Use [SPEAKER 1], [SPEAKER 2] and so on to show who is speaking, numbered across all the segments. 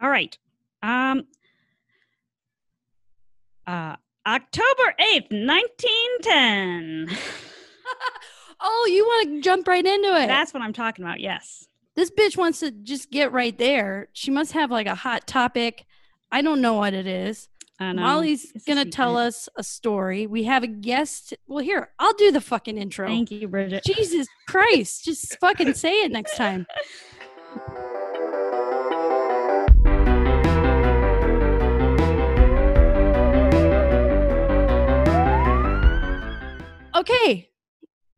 [SPEAKER 1] All right. Um, uh, October 8th, 1910.
[SPEAKER 2] Oh, you want to jump right into it?
[SPEAKER 1] That's what I'm talking about. Yes.
[SPEAKER 2] this bitch wants to just get right there. She must have like a hot topic. I don't know what it is.
[SPEAKER 1] I know.
[SPEAKER 2] Molly's
[SPEAKER 1] It's a
[SPEAKER 2] gonna
[SPEAKER 1] sweet
[SPEAKER 2] tell
[SPEAKER 1] night.
[SPEAKER 2] us a story. We have a guest. Well, here I'll do the fucking intro.
[SPEAKER 1] Thank you, Bridget.
[SPEAKER 2] Jesus Christ, just fucking say it next time. Okay,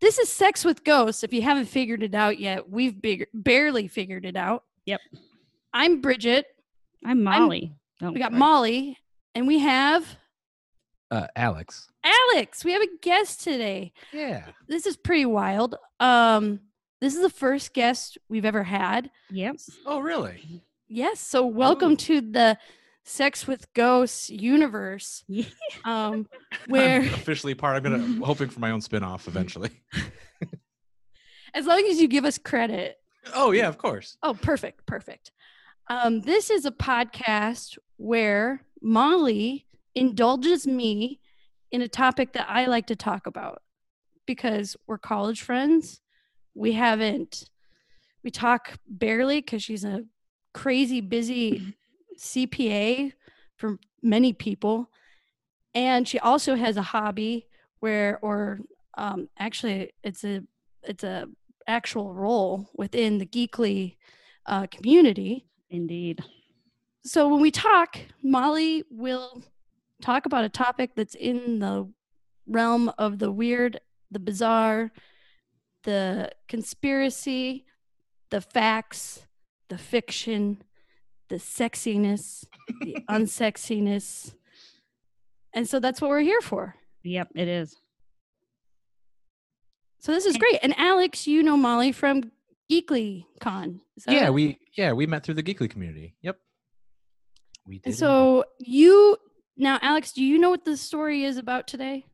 [SPEAKER 2] this is Sex with Ghosts. If you haven't figured it out yet, we've big- barely figured it out.
[SPEAKER 1] Yep.
[SPEAKER 2] I'm Bridget.
[SPEAKER 1] I'm Molly. Oh,
[SPEAKER 2] We got
[SPEAKER 1] sorry.
[SPEAKER 2] Molly, and we have
[SPEAKER 3] Uh, Alex.
[SPEAKER 2] Alex. We have a guest today.
[SPEAKER 3] Yeah.
[SPEAKER 2] this is pretty wild. Um, this is the first guest we've ever had.
[SPEAKER 1] Yep.
[SPEAKER 3] Oh, really?
[SPEAKER 2] Yes, so welcome
[SPEAKER 3] Ooh.
[SPEAKER 2] to the Sex with Ghosts universe.
[SPEAKER 1] Yeah.
[SPEAKER 2] Um,
[SPEAKER 3] I'm
[SPEAKER 2] where
[SPEAKER 3] officially part. I'm gonna hoping for my own spin-off eventually.
[SPEAKER 2] as long as you give us credit.
[SPEAKER 3] Oh yeah, of course.
[SPEAKER 2] Oh, perfect, perfect. Um, this is a podcast where Molly indulges me in a topic that I like to talk about because we're college friends. We haven't, we talk barely because she's a crazy busy CPA for many people. And she also has a hobby where, or um, actually, it's a, it's a actual role within the geekly uh, community.
[SPEAKER 1] Indeed.
[SPEAKER 2] So when we talk, Molly will talk about a topic that's in the realm of the weird, the bizarre, the conspiracy, the facts, the fiction, the sexiness, the unsexiness. And so that's what we're here for.
[SPEAKER 1] Yep, it is.
[SPEAKER 2] So this is
[SPEAKER 1] And-
[SPEAKER 2] great. And Alex, you know Molly from Geekly Con. Is that
[SPEAKER 3] yeah,
[SPEAKER 2] right?
[SPEAKER 3] we yeah we met through the Geekly community. Yep. We did.
[SPEAKER 2] And
[SPEAKER 3] indeed.
[SPEAKER 2] so you now, Alex, do you know what the story is about today?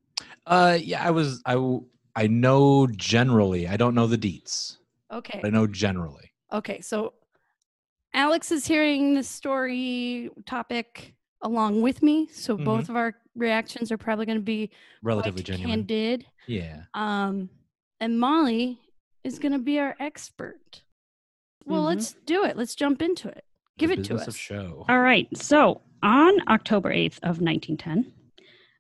[SPEAKER 3] Uh, yeah, I was I w- I know generally. I don't know the deets.
[SPEAKER 2] Okay.
[SPEAKER 3] But I know generally.
[SPEAKER 2] Okay. So Alex is hearing the story topic along with me. So
[SPEAKER 3] Mhm.
[SPEAKER 2] both of our reactions are probably going to be
[SPEAKER 3] Relatively
[SPEAKER 2] quite
[SPEAKER 3] genuine.
[SPEAKER 2] candid.
[SPEAKER 3] yeah.
[SPEAKER 2] Um, and Molly is going to be our expert. Well,
[SPEAKER 3] Mm-hmm.
[SPEAKER 1] Mhm.
[SPEAKER 2] let's do it. Let's jump into it. Give
[SPEAKER 3] The
[SPEAKER 2] it to
[SPEAKER 3] business
[SPEAKER 2] us.
[SPEAKER 3] Of show.
[SPEAKER 1] All right. So on October 8th of 1910,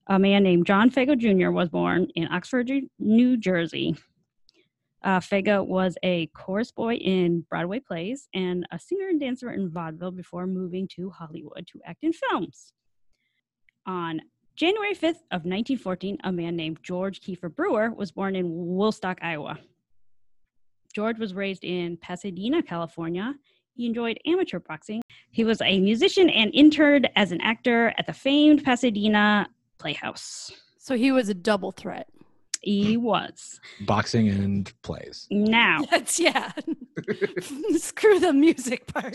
[SPEAKER 1] a man named John Fago Jr. was born in Oxford, Ju- New Jersey. Uh, Fago was a chorus boy in Broadway plays and a singer and dancer in vaudeville before moving to Hollywood to act in films. On January 5th of 1914, a man named George Kiefer Brewer was born in Woolstock, Iowa. George was raised in Pasadena, California. He enjoyed amateur boxing he was a musician and interned as an actor at the famed Pasadena Playhouse.
[SPEAKER 2] So he was a double threat.
[SPEAKER 1] He was.
[SPEAKER 3] Boxing and plays.
[SPEAKER 1] Now,
[SPEAKER 2] That's yeah. Screw the music part.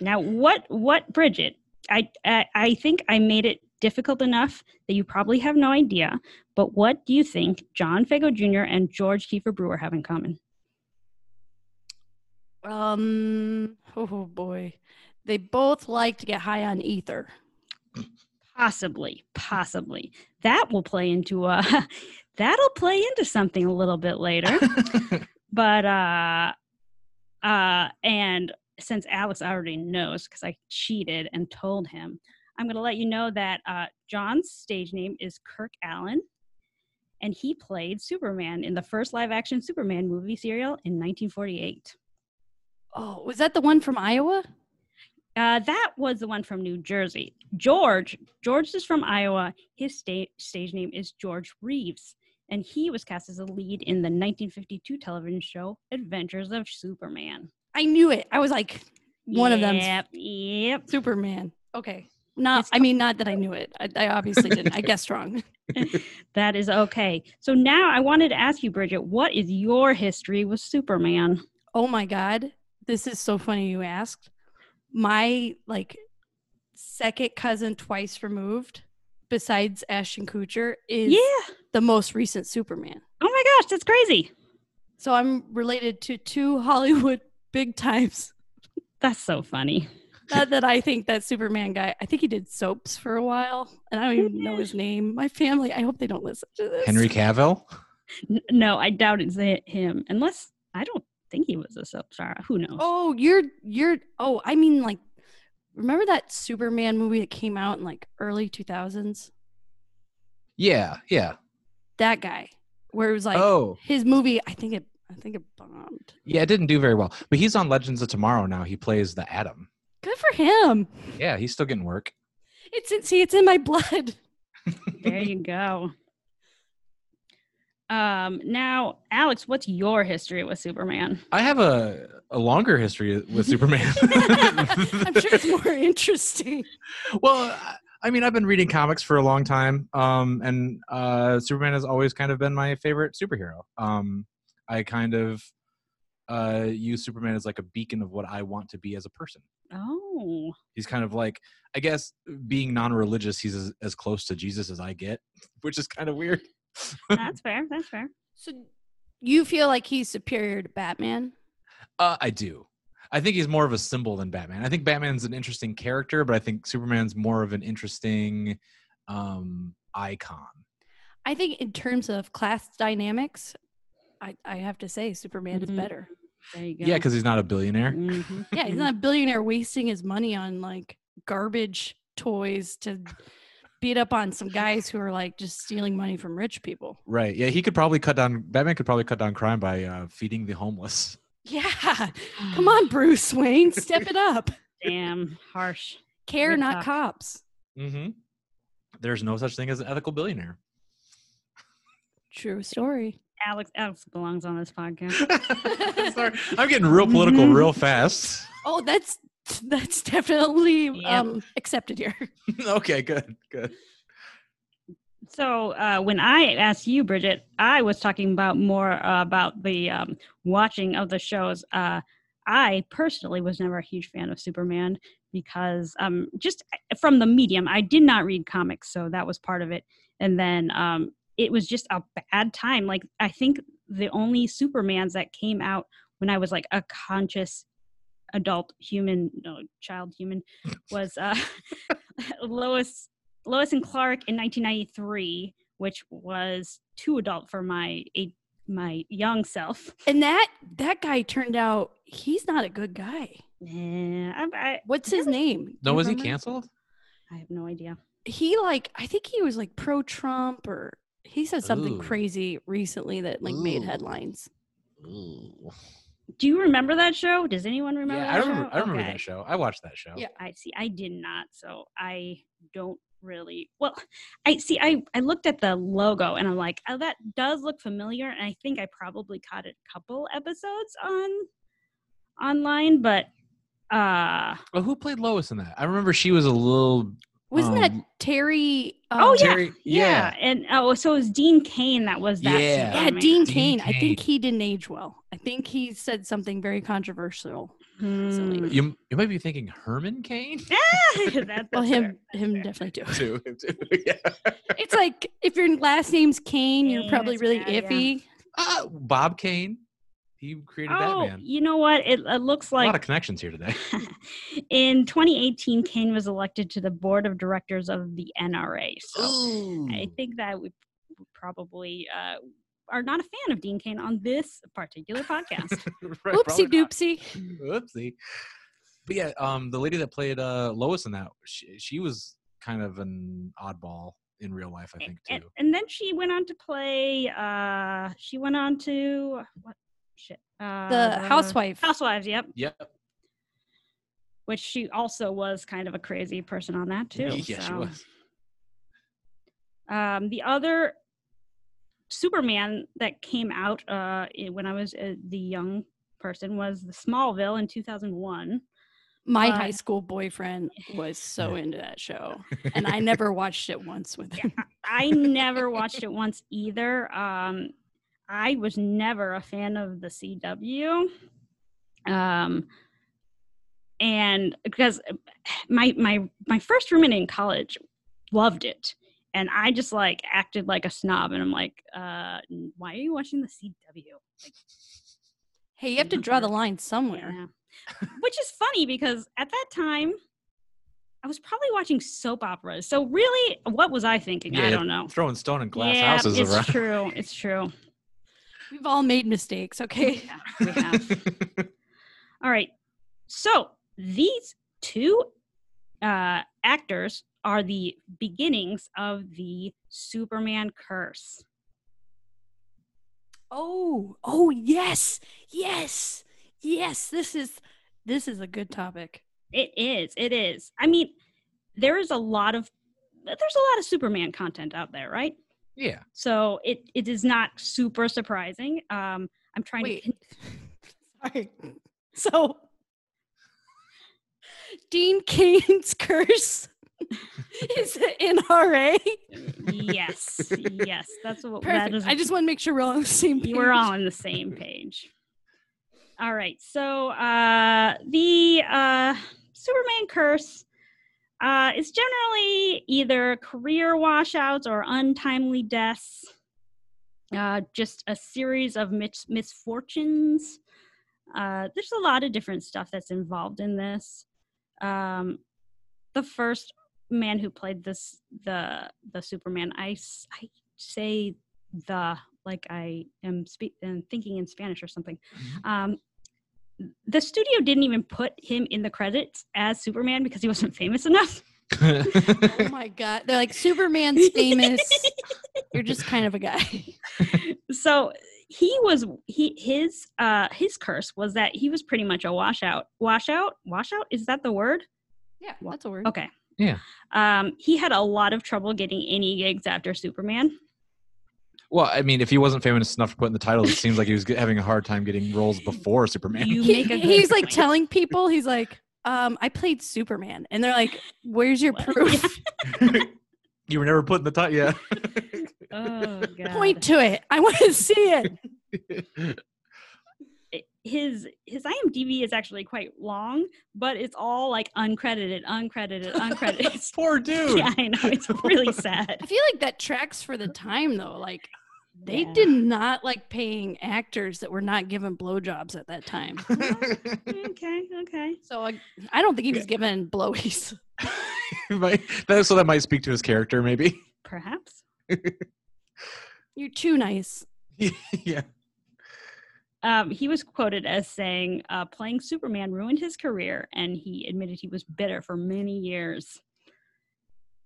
[SPEAKER 1] now what what Bridget? I, I I think I made it difficult enough that you probably have no idea, but what do you think John Fago Jr. and George Kiefer Brewer have in common?
[SPEAKER 2] Um, oh boy. They both like to get high on ether.
[SPEAKER 1] Possibly, possibly. That will play into uh that'll play into something a little bit later. but uh uh and since alex already knows because i cheated and told him i'm going to let you know that uh john's stage name is kirk allen and he played superman in the first live action superman movie serial in 1948
[SPEAKER 2] Oh, was that the one from Iowa?
[SPEAKER 1] uh, that was the one from new jersey george george is from iowa his sta- stage name is george reeves and he was cast as a lead in the 1952 television show adventures of superman
[SPEAKER 2] I knew it. I was like One of them's-
[SPEAKER 1] Yep. Yep.
[SPEAKER 2] Superman. Okay. Not
[SPEAKER 1] It's
[SPEAKER 2] I mean not that I knew it. I, I obviously didn't. I guessed wrong.
[SPEAKER 1] That is okay. So now I wanted to ask you, Bridget, what is your history with Superman?
[SPEAKER 2] Oh my god. This is so funny you asked. My like second cousin twice removed besides Ashton Kutcher is
[SPEAKER 1] yeah.
[SPEAKER 2] the most recent Superman.
[SPEAKER 1] Oh my gosh, that's crazy.
[SPEAKER 2] So I'm related to two Hollywood big times.
[SPEAKER 1] That's so funny.
[SPEAKER 2] Not that I think that Superman guy. I think he did soaps for a while, and I don't even know his name. My family. I hope they don't listen to this.
[SPEAKER 3] Henry Cavill.
[SPEAKER 1] N- No, I doubt it's hi- him, unless I don't think he was a soap star. Who knows?
[SPEAKER 2] Oh, you're you're. Oh, I mean, like, remember that Superman movie that came out in like early two thousands?
[SPEAKER 3] Yeah, yeah.
[SPEAKER 2] That guy, where it was like
[SPEAKER 3] oh,
[SPEAKER 2] his movie. I think it. I think it bombed.
[SPEAKER 3] yeah. It didn't do very well, but he's on Legends of Tomorrow now. He plays the Atom.
[SPEAKER 2] Good for him.
[SPEAKER 3] Yeah, he's still getting work.
[SPEAKER 2] It's in, see, it's in my blood.
[SPEAKER 1] There you go. Um, now, Alex, what's your history with Superman?
[SPEAKER 3] I have a a longer history with Superman.
[SPEAKER 2] I'm sure it's more interesting.
[SPEAKER 3] well, I- I mean, I've been reading comics for a long time, um, and uh, Superman has always kind of been my favorite superhero. Um, I kind of uh, use Superman as like a beacon of what I want to be as a person.
[SPEAKER 1] Oh,
[SPEAKER 3] He's kind of like, I guess, being non-religious, he's as, as close to Jesus as I get, which is kind of weird.
[SPEAKER 1] that's fair. That's fair.
[SPEAKER 2] So, you feel like he's superior to Batman?
[SPEAKER 3] Uh, I do. I think he's more of a symbol than Batman. I think Batman's an interesting character, but I think Superman's more of an interesting um, icon.
[SPEAKER 2] I think in terms of class dynamics, I, I have to say Superman
[SPEAKER 1] Mhm.
[SPEAKER 2] is better.
[SPEAKER 1] There you go.
[SPEAKER 3] Yeah, because he's not a billionaire.
[SPEAKER 1] Mhm.
[SPEAKER 2] Yeah, he's not a billionaire wasting his money on like garbage toys to beat up on some guys who are like just stealing money from rich people.
[SPEAKER 3] Right. Yeah, he could probably cut down. Batman could probably cut down crime by uh, feeding the homeless.
[SPEAKER 2] Yeah. Come on, Bruce Wayne, step it up.
[SPEAKER 1] Damn, harsh.
[SPEAKER 2] Care,
[SPEAKER 1] Good
[SPEAKER 2] not
[SPEAKER 1] talk.
[SPEAKER 2] cops.
[SPEAKER 3] Mm-hmm. There's no such thing as an ethical billionaire.
[SPEAKER 2] True story.
[SPEAKER 1] Alex, Alex belongs on this podcast.
[SPEAKER 3] Sorry, I'm getting real political
[SPEAKER 1] Mhm.
[SPEAKER 3] real fast.
[SPEAKER 2] Oh, that's that's definitely
[SPEAKER 1] Yeah.
[SPEAKER 2] um accepted here.
[SPEAKER 3] okay, good, good.
[SPEAKER 1] So, uh, when I asked you, Bridget, I was talking about more uh, about the um, watching of the shows. Uh, I personally was never a huge fan of Superman because um, just from the medium, I did not read comics, so that was part of it. And then um, it was just a bad time. Like, I think the only Supermans that came out when I was like a conscious adult human, no, child human, was uh, Lois Lois and Clark in 1993, which was too adult for my a- my young self.
[SPEAKER 2] And that that guy turned out he's not a good guy.
[SPEAKER 1] Eh, I, I,
[SPEAKER 2] What's his name? Do
[SPEAKER 3] No,
[SPEAKER 2] you
[SPEAKER 3] was he
[SPEAKER 2] remember?
[SPEAKER 3] canceled?
[SPEAKER 1] I have no idea.
[SPEAKER 2] He like I think he was like pro Trump or he said something
[SPEAKER 3] Ooh.
[SPEAKER 2] crazy recently that like made
[SPEAKER 3] Ooh.
[SPEAKER 2] headlines.
[SPEAKER 1] Do you remember that show? Does anyone remember?
[SPEAKER 3] yeah,
[SPEAKER 1] that
[SPEAKER 3] I
[SPEAKER 1] Show?
[SPEAKER 3] remember. I remember
[SPEAKER 1] Okay.
[SPEAKER 3] that show. I watched that show.
[SPEAKER 2] Yeah.
[SPEAKER 1] I see. I did not, so I don't really. Well, I see. I I looked at the logo and I'm like, oh, that does look familiar, and I think I probably caught a couple episodes on online, but uh
[SPEAKER 3] Well, who played Lois in that? I remember she was a little.
[SPEAKER 2] Wasn't that
[SPEAKER 3] Um,
[SPEAKER 2] Terry
[SPEAKER 1] Oh, yeah.
[SPEAKER 3] Terry-
[SPEAKER 1] Yeah. and oh, so it was Dean Kane that was that.
[SPEAKER 3] Yeah.
[SPEAKER 2] Yeah,
[SPEAKER 1] Superman.
[SPEAKER 2] Dean Kane.
[SPEAKER 3] Dean
[SPEAKER 2] I think
[SPEAKER 3] Cain.
[SPEAKER 2] he didn't age well. I think he said something very controversial.
[SPEAKER 1] Hmm.
[SPEAKER 3] You you might be thinking Herman Cain
[SPEAKER 1] Ah,
[SPEAKER 3] Hmm.
[SPEAKER 1] that- that's
[SPEAKER 2] Well, him
[SPEAKER 1] fair.
[SPEAKER 2] him
[SPEAKER 1] fair.
[SPEAKER 2] definitely do.
[SPEAKER 3] too. him too, yeah.
[SPEAKER 2] It's like if your last name's Kane, you're
[SPEAKER 1] Cain,
[SPEAKER 2] probably
[SPEAKER 1] that's
[SPEAKER 2] really
[SPEAKER 1] bad, yeah.
[SPEAKER 2] iffy.
[SPEAKER 3] Uh, Bob Kane. He created
[SPEAKER 1] Oh,
[SPEAKER 3] Batman.
[SPEAKER 1] you know what? It, it looks
[SPEAKER 3] a lot
[SPEAKER 1] like
[SPEAKER 3] of connections here today.
[SPEAKER 1] in 2018, Kane was elected to the board of directors of the NRA. So I think that we probably uh, are not a fan of Dean Kane on this particular podcast.
[SPEAKER 3] Right, probably
[SPEAKER 2] Oopsie
[SPEAKER 3] not.
[SPEAKER 2] doopsie.
[SPEAKER 3] Oopsie. But yeah, um, the lady that played uh, Lois in that, she, she was kind of an oddball in real life, I think,
[SPEAKER 1] and,
[SPEAKER 3] too.
[SPEAKER 1] and then she went on to play. Uh, she went on to what? Shit. Uh,
[SPEAKER 2] The housewife.
[SPEAKER 1] Housewives. Yep.
[SPEAKER 3] Yep.
[SPEAKER 1] Which she also was kind of a crazy person on that too.
[SPEAKER 3] yeah, she
[SPEAKER 1] so.
[SPEAKER 3] was.
[SPEAKER 1] Um, the other Superman that came out uh, i- when I was uh, the young person was the Smallville in 2001.
[SPEAKER 2] My
[SPEAKER 1] Uh,
[SPEAKER 2] high school boyfriend was so into that show, and I never watched it once with him.
[SPEAKER 1] I never watched it once either. Um, I was never a fan of the CW. Um, and because my my my first roommate in college loved it and i just like acted like a snob and i'm like uh why are you watching the cw Mm-hmm.
[SPEAKER 2] Hey, you have to draw the line somewhere.
[SPEAKER 1] Yeah. which is funny because at that time, I was probably watching soap operas. So really, what was I thinking? I
[SPEAKER 3] Yeah,
[SPEAKER 1] don't know.
[SPEAKER 3] Throwing stone in glass
[SPEAKER 1] yeah,
[SPEAKER 3] houses
[SPEAKER 1] it's
[SPEAKER 3] around.
[SPEAKER 1] true. It's true.
[SPEAKER 2] We've all made mistakes, okay?
[SPEAKER 1] Yeah, we have. All right. So these two uh, actors are the beginnings of the Superman curse.
[SPEAKER 2] Oh, oh yes, yes, yes. This is this is a good topic.
[SPEAKER 1] It is. It is. I mean, there is a lot of there's a lot of Superman content out there, right?
[SPEAKER 3] yeah.
[SPEAKER 1] So it it is not super surprising. Um, I'm trying to.
[SPEAKER 2] Wait. Sorry. So Dean Kane's curse is an NRA.
[SPEAKER 1] yes, yes, that's what that
[SPEAKER 2] Perfect.
[SPEAKER 1] is.
[SPEAKER 2] I just want to make sure we're all on the same page.
[SPEAKER 1] You were all on the same page. All right. So uh, the uh, Superman curse uh, is generally either career washouts or untimely deaths, uh, just a series of mis- misfortunes. Uh, there's a lot of different stuff that's involved in this. Um, the first man who played this the the Superman, I s- I say the like I am spe- am thinking in Spanish or something. Um, the studio didn't even put him in the credits as Superman because he wasn't famous enough.
[SPEAKER 2] Oh my god. They're like Superman's famous. You're just kind of a guy.
[SPEAKER 1] So he was he his uh his curse was that he was pretty much a washout. Washout? Washout? Is that the word?
[SPEAKER 2] Yeah,
[SPEAKER 1] Wha-
[SPEAKER 2] that's a word.
[SPEAKER 1] Okay.
[SPEAKER 3] Yeah.
[SPEAKER 1] Um he had a lot of trouble getting any gigs after Superman.
[SPEAKER 3] well, I mean, if he wasn't famous enough to put in the title, it seems like he was g- having a hard time getting roles before Superman.
[SPEAKER 1] You
[SPEAKER 2] He-
[SPEAKER 1] make a good
[SPEAKER 2] he's like
[SPEAKER 1] point.
[SPEAKER 2] telling people he's like um i played superman and they're like where's your
[SPEAKER 1] What?
[SPEAKER 2] proof
[SPEAKER 3] you were never put in the title. Yeah.
[SPEAKER 1] Oh god.
[SPEAKER 2] point to it i want to see it
[SPEAKER 1] it- his his IMDb is actually quite long, but it's all like uncredited, uncredited, uncredited.
[SPEAKER 3] Poor dude.
[SPEAKER 1] yeah, I know it's really sad.
[SPEAKER 2] i feel like that tracks for the time though like they
[SPEAKER 1] Yeah.
[SPEAKER 2] did not like paying actors that were not given blowjobs at that time
[SPEAKER 1] Okay, okay.
[SPEAKER 2] so I, I don't think he was given blowies
[SPEAKER 3] Might- that- so that might speak to his character, maybe.
[SPEAKER 1] Perhaps.
[SPEAKER 2] you're too nice
[SPEAKER 3] yeah.
[SPEAKER 1] Um, he was quoted as saying, uh, playing Superman ruined his career, and he admitted he was bitter for many years.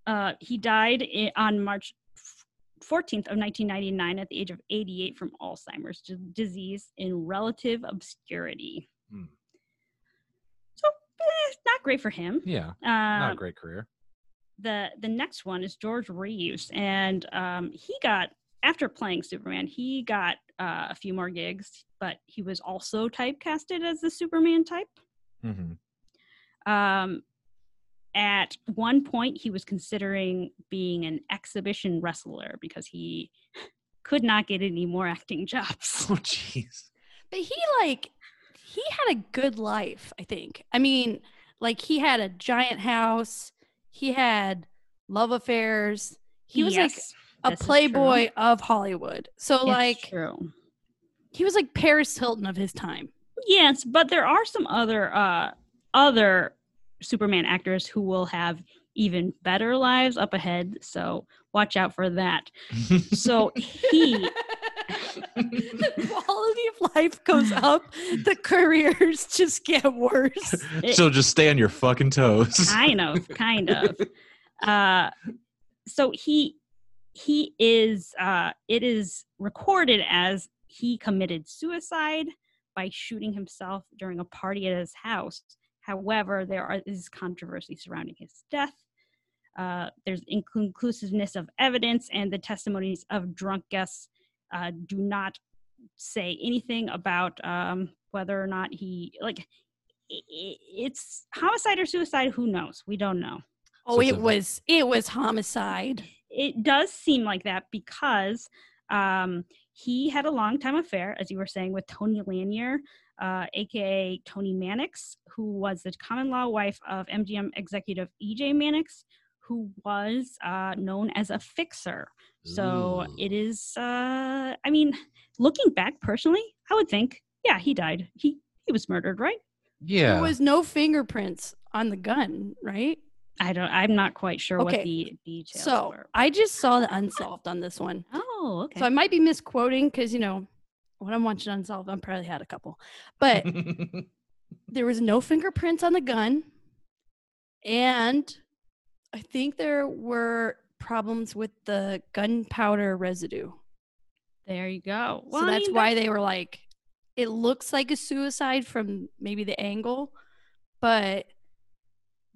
[SPEAKER 1] Uh, he died i- on March f- 14th of 1999 at the age of 88 from Alzheimer's d- disease in relative obscurity.
[SPEAKER 3] Hmm.
[SPEAKER 1] So, eh, not great for him.
[SPEAKER 3] Yeah. Not
[SPEAKER 1] Uh,
[SPEAKER 2] Um,
[SPEAKER 3] a great career.
[SPEAKER 1] the the next one is George Reeves, and um, he got after playing Superman, he got uh, a few more gigs, but he was also typecasted as the Superman type.
[SPEAKER 3] hmm
[SPEAKER 1] Um, at one point, he was considering being an exhibition wrestler because he could not get any more acting jobs.
[SPEAKER 3] Oh, jeez.
[SPEAKER 2] but he like he had a good life i think i mean like he had a giant house he had love affairs he was like
[SPEAKER 1] Yes,
[SPEAKER 2] a
[SPEAKER 1] this is true.
[SPEAKER 2] playboy of Hollywood. So
[SPEAKER 1] It's
[SPEAKER 2] like
[SPEAKER 1] true.
[SPEAKER 2] he was like Paris Hilton of his time.
[SPEAKER 1] Yes, but there are some other uh other Superman actors who will have even better lives up ahead, so watch out for that. So he
[SPEAKER 2] the quality of life goes up, the careers just get worse.
[SPEAKER 3] so just stay on your fucking toes.
[SPEAKER 1] kind of kind of uh so he he is uh it is recorded as he committed suicide by shooting himself during a party at his house however there are, is controversy surrounding his death uh, there's inconclusiveness of evidence and the testimonies of drunk guests uh, do not say anything about um, whether or not he like i- i- it's homicide or suicide who knows we don't know
[SPEAKER 2] Oh,
[SPEAKER 3] it's
[SPEAKER 2] it
[SPEAKER 3] a-
[SPEAKER 2] was it was homicide.
[SPEAKER 1] it does seem like that because um, he had a long time affair, as you were saying, with Tony Lanier, uh, aka Tony Mannix, who was the common law wife of MGM executive EJ Mannix, who was uh, known as a fixer. So
[SPEAKER 3] Ooh.
[SPEAKER 1] it is, uh, I mean, looking back personally, I would think, yeah, he died. He he was murdered, right?
[SPEAKER 3] Yeah.
[SPEAKER 2] There was no fingerprints on the gun, right?
[SPEAKER 1] I don't. I'm not quite sure
[SPEAKER 2] Okay,
[SPEAKER 1] what the details
[SPEAKER 2] so
[SPEAKER 1] were.
[SPEAKER 2] I just saw the unsolved on this one.
[SPEAKER 1] Oh, okay.
[SPEAKER 2] So I might be misquoting because, you know, when I'm watching Unsolved, I'm probably had a couple. But there was no fingerprints on the gun. And I think there were problems with the gunpowder residue.
[SPEAKER 1] there you go.
[SPEAKER 2] so
[SPEAKER 1] I
[SPEAKER 2] that's
[SPEAKER 1] mean,
[SPEAKER 2] why they were like, it looks like a suicide from maybe the angle, but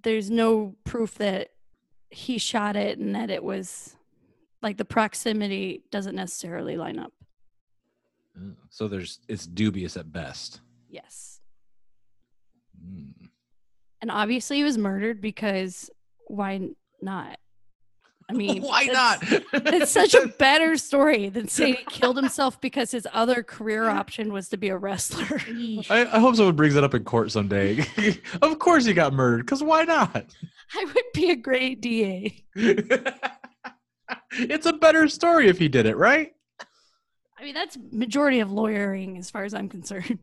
[SPEAKER 2] there's no proof that he shot it and that it was like the proximity doesn't necessarily line up.
[SPEAKER 3] so there's it's dubious at best.
[SPEAKER 2] Yes.
[SPEAKER 3] Mm.
[SPEAKER 2] And obviously he was murdered because why n- not? I mean,
[SPEAKER 3] Why
[SPEAKER 2] that's-
[SPEAKER 3] not?
[SPEAKER 2] It's such a better story than saying he killed himself because his other career option was to be a wrestler.
[SPEAKER 1] Yeesh.
[SPEAKER 3] I, I hope someone brings that up in court someday. of course he got murdered, because why not?
[SPEAKER 2] I would be a great DA.
[SPEAKER 3] it's a better story if he did it, right?
[SPEAKER 2] I mean, that's majority of lawyering as far as I'm concerned.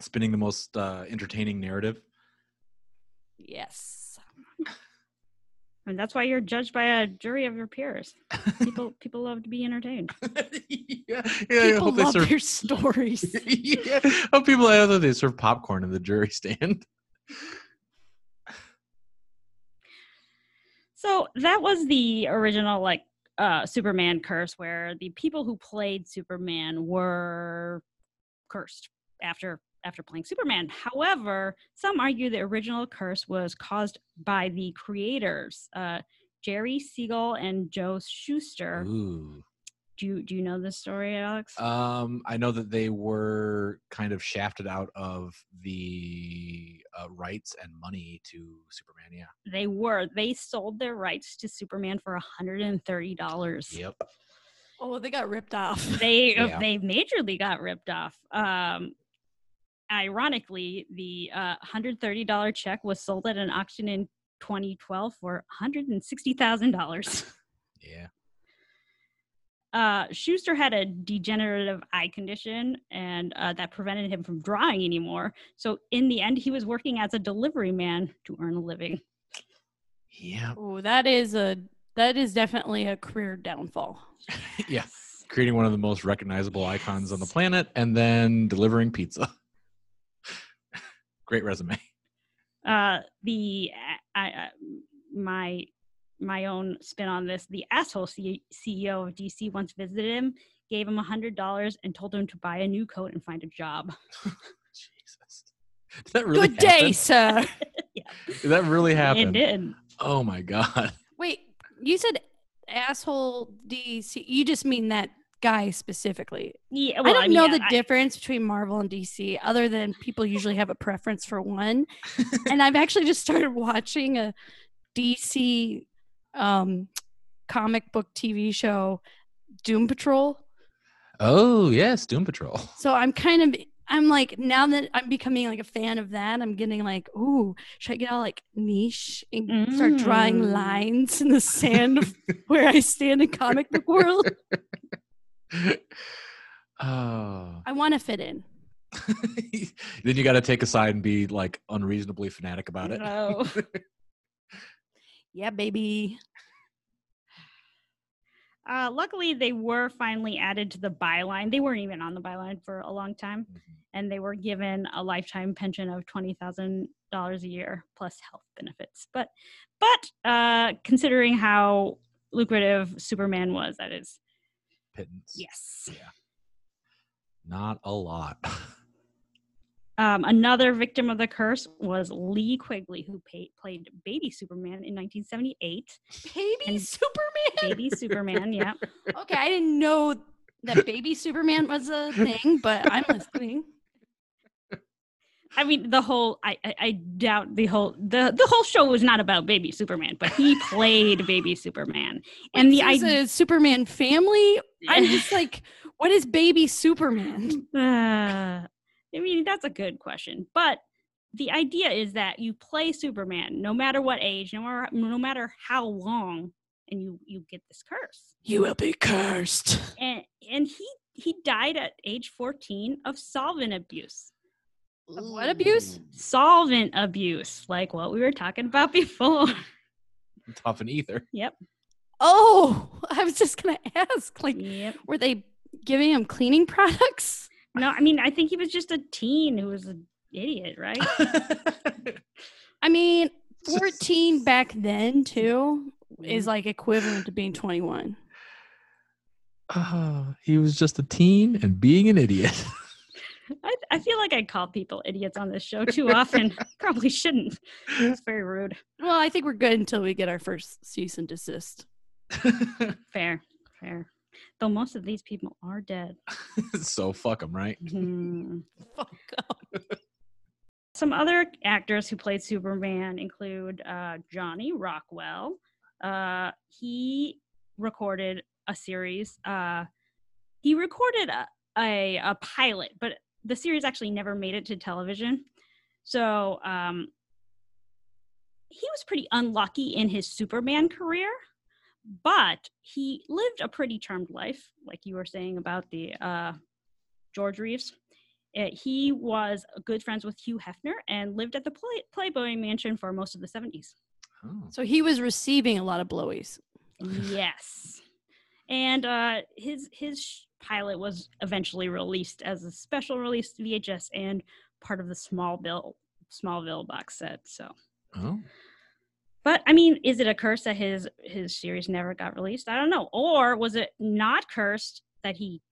[SPEAKER 3] Spinning the most uh, entertaining narrative.
[SPEAKER 2] Yes.
[SPEAKER 1] and that's why you're judged by a jury of your peers. People, people love to be entertained.
[SPEAKER 3] yeah, yeah, I
[SPEAKER 2] People
[SPEAKER 3] hope they
[SPEAKER 2] love
[SPEAKER 3] serve.
[SPEAKER 2] your stories.
[SPEAKER 3] yeah, I hope people I hope they serve popcorn in the jury stand.
[SPEAKER 1] So that was the original like uh, Superman curse, where the people who played Superman were cursed after after playing Superman. However, some argue the original curse was caused by the creators, uh, Jerry Siegel and Joe Schuster.
[SPEAKER 3] Ooh.
[SPEAKER 1] Do you do you know this story, Alex?
[SPEAKER 3] Um, I know that they were kind of shafted out of the uh, rights and money to Superman. Yeah.
[SPEAKER 1] they were. They sold their rights to Superman for hundred and thirty dollars.
[SPEAKER 3] Yep.
[SPEAKER 2] Oh, they got ripped off.
[SPEAKER 1] they uh,
[SPEAKER 3] Yeah.
[SPEAKER 1] they majorly got ripped off. Um, ironically, the uh, hundred thirty dollar check was sold at an auction in 2012 for one hundred and sixty thousand dollars.
[SPEAKER 3] Yeah.
[SPEAKER 1] Uh, Schuster had a degenerative eye condition, and uh, that prevented him from drawing anymore. So in the end, he was working as a delivery man to earn a living.
[SPEAKER 3] Yeah.
[SPEAKER 2] Oh, that is a that is definitely a career downfall.
[SPEAKER 3] Yeah. Creating one of the most recognizable icons on the planet and then delivering pizza. Great resume.
[SPEAKER 1] Uh, the uh, I, I, my my own spin on this. The asshole C- CEO of DC once visited him, gave him a hundred dollars, and told him to buy a new coat and find a job.
[SPEAKER 3] Jesus. Did that really
[SPEAKER 2] Good day,
[SPEAKER 3] happen?
[SPEAKER 2] sir.
[SPEAKER 3] Did that really
[SPEAKER 1] It
[SPEAKER 3] happen?
[SPEAKER 1] did.
[SPEAKER 3] Oh my god.
[SPEAKER 2] Wait, you said asshole DC. You just mean that guy specifically.
[SPEAKER 1] Yeah,
[SPEAKER 2] I
[SPEAKER 1] well,
[SPEAKER 2] don't
[SPEAKER 1] mean,
[SPEAKER 2] know the
[SPEAKER 1] I-
[SPEAKER 2] difference between Marvel and DC, other than people usually have a preference for one. and I've actually just started watching a DC um, comic book TV show, Doom Patrol.
[SPEAKER 3] Oh yes, Doom Patrol.
[SPEAKER 2] So I'm kind of. I'm like now that I'm becoming like a fan of that, I'm getting like, ooh, should I get all like niche and start drawing
[SPEAKER 1] Mm.
[SPEAKER 2] lines in the sand of where I stand in comic book world?
[SPEAKER 3] oh.
[SPEAKER 2] I want to fit in.
[SPEAKER 3] then you got to take a side and be like unreasonably fanatic about it.
[SPEAKER 2] Uh-huh.
[SPEAKER 1] No.
[SPEAKER 2] Yeah, baby.
[SPEAKER 1] Uh, luckily, they were finally added to the byline. They weren't even on the byline for a long time,
[SPEAKER 3] Mm-hmm.
[SPEAKER 1] and they were given a lifetime pension of twenty thousand dollars a year plus health benefits. But, but uh, considering how lucrative Superman was, that is
[SPEAKER 3] Pittance.
[SPEAKER 1] yes.
[SPEAKER 3] Not a lot.
[SPEAKER 1] Um, another victim of the curse was Lee Quigley, who pa- played Baby Superman in 1978.
[SPEAKER 2] Baby
[SPEAKER 1] And-
[SPEAKER 2] Superman.
[SPEAKER 1] Baby Superman, yeah.
[SPEAKER 2] Okay, I didn't know that baby Superman was a thing, but I'm listening.
[SPEAKER 1] I mean, the whole I, I, I doubt the whole the the whole show was not about Baby Superman, but he played Baby Superman, and the
[SPEAKER 2] Is
[SPEAKER 1] idea.
[SPEAKER 2] a Superman family. I'm just like, what is baby Superman?
[SPEAKER 1] Uh, I mean, that's a good question, but the idea is that you play Superman no matter what age, no matter no matter how long, and you you get this curse.
[SPEAKER 2] You will be cursed.
[SPEAKER 1] and and he he died at age 14 of solvent abuse
[SPEAKER 2] Of what abuse?
[SPEAKER 1] Solvent abuse, like what we were talking about before.
[SPEAKER 3] Tough and ether.
[SPEAKER 2] Oh, I was just gonna ask, like,
[SPEAKER 1] yep.
[SPEAKER 2] were they giving him cleaning products?
[SPEAKER 1] No, I mean, I think he was just a teen who was an idiot, right?
[SPEAKER 2] I mean, fourteen back then too is like equivalent to being twenty-one.
[SPEAKER 3] Oh, he was just a teen and being an idiot.
[SPEAKER 1] I, I feel like I call people idiots on this show too often. Probably shouldn't. It's very rude.
[SPEAKER 2] Well, I think we're good until we get our first cease and desist.
[SPEAKER 1] Fair, fair. Though most of these people are dead.
[SPEAKER 3] so fuck him, right?
[SPEAKER 1] Mhm.
[SPEAKER 2] Fuck
[SPEAKER 1] Some other actors who played Superman include uh, Johnny Rockwell. Uh, he recorded a series. Uh, he recorded a, a, a pilot, but the series actually never made it to television. So um, he was pretty unlucky in his Superman career, but he lived a pretty charmed life, like you were saying about the uh, George Reeves. Uh, he was good friends with Hugh Hefner and lived at the Play- Playboy Mansion for most of the 70s.
[SPEAKER 3] Oh.
[SPEAKER 2] So he was receiving a lot of blowies.
[SPEAKER 1] yes. And uh, his his sh- pilot was eventually released as a special release VHS and part of the Smallville Smallville box set. So,
[SPEAKER 3] Oh.
[SPEAKER 1] but I mean, is it a curse that his his series never got released? I don't know. Or was it not cursed that he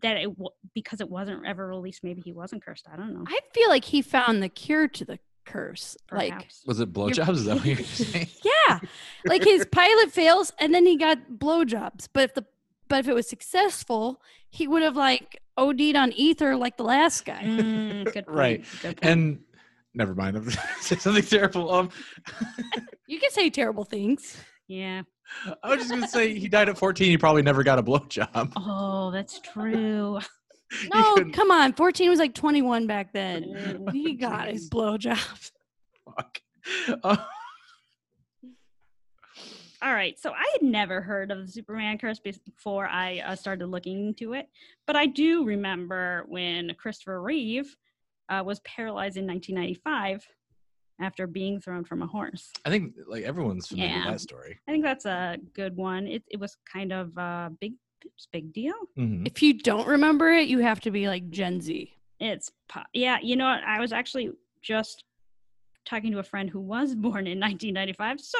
[SPEAKER 1] that it w- because it wasn't ever released? Maybe he wasn't cursed. I don't know.
[SPEAKER 2] I feel like he found the cure to the curse. Like,
[SPEAKER 1] Perhaps.
[SPEAKER 3] Was it blowjobs? Is that what you're saying?
[SPEAKER 2] yeah, like his pilot fails, and then he got blowjobs. But if the but if it was successful, he would have like OD'd on ether like the last guy.
[SPEAKER 1] Mm, good point,
[SPEAKER 3] Right.
[SPEAKER 1] good point.
[SPEAKER 3] And never mind. I'm saying something terrible. Um,
[SPEAKER 2] You can say terrible things.
[SPEAKER 1] yeah.
[SPEAKER 3] I was just gonna say he died at 14. He probably never got a blowjob.
[SPEAKER 1] Oh, that's true.
[SPEAKER 3] He
[SPEAKER 2] No,
[SPEAKER 3] couldn't
[SPEAKER 2] come on. 14 was like 21 back then. He got his
[SPEAKER 3] Jeez.
[SPEAKER 2] blowjob.
[SPEAKER 3] fuck. Oh,
[SPEAKER 1] All right. So I had never heard of the Superman curse bes- before I uh, started looking into it, but I do remember when Christopher Reeve uh, was paralyzed in 1995 after being thrown from a horse.
[SPEAKER 3] I think like everyone's familiar
[SPEAKER 1] Yeah.
[SPEAKER 3] with that story.
[SPEAKER 1] I think that's a good one. It it was kind of a big it was a big deal.
[SPEAKER 3] Mhm.
[SPEAKER 2] If you don't remember it, you have to be like Gen Z.
[SPEAKER 1] It's po- yeah, you know, what, I was actually just talking to a friend who was born in 1995. So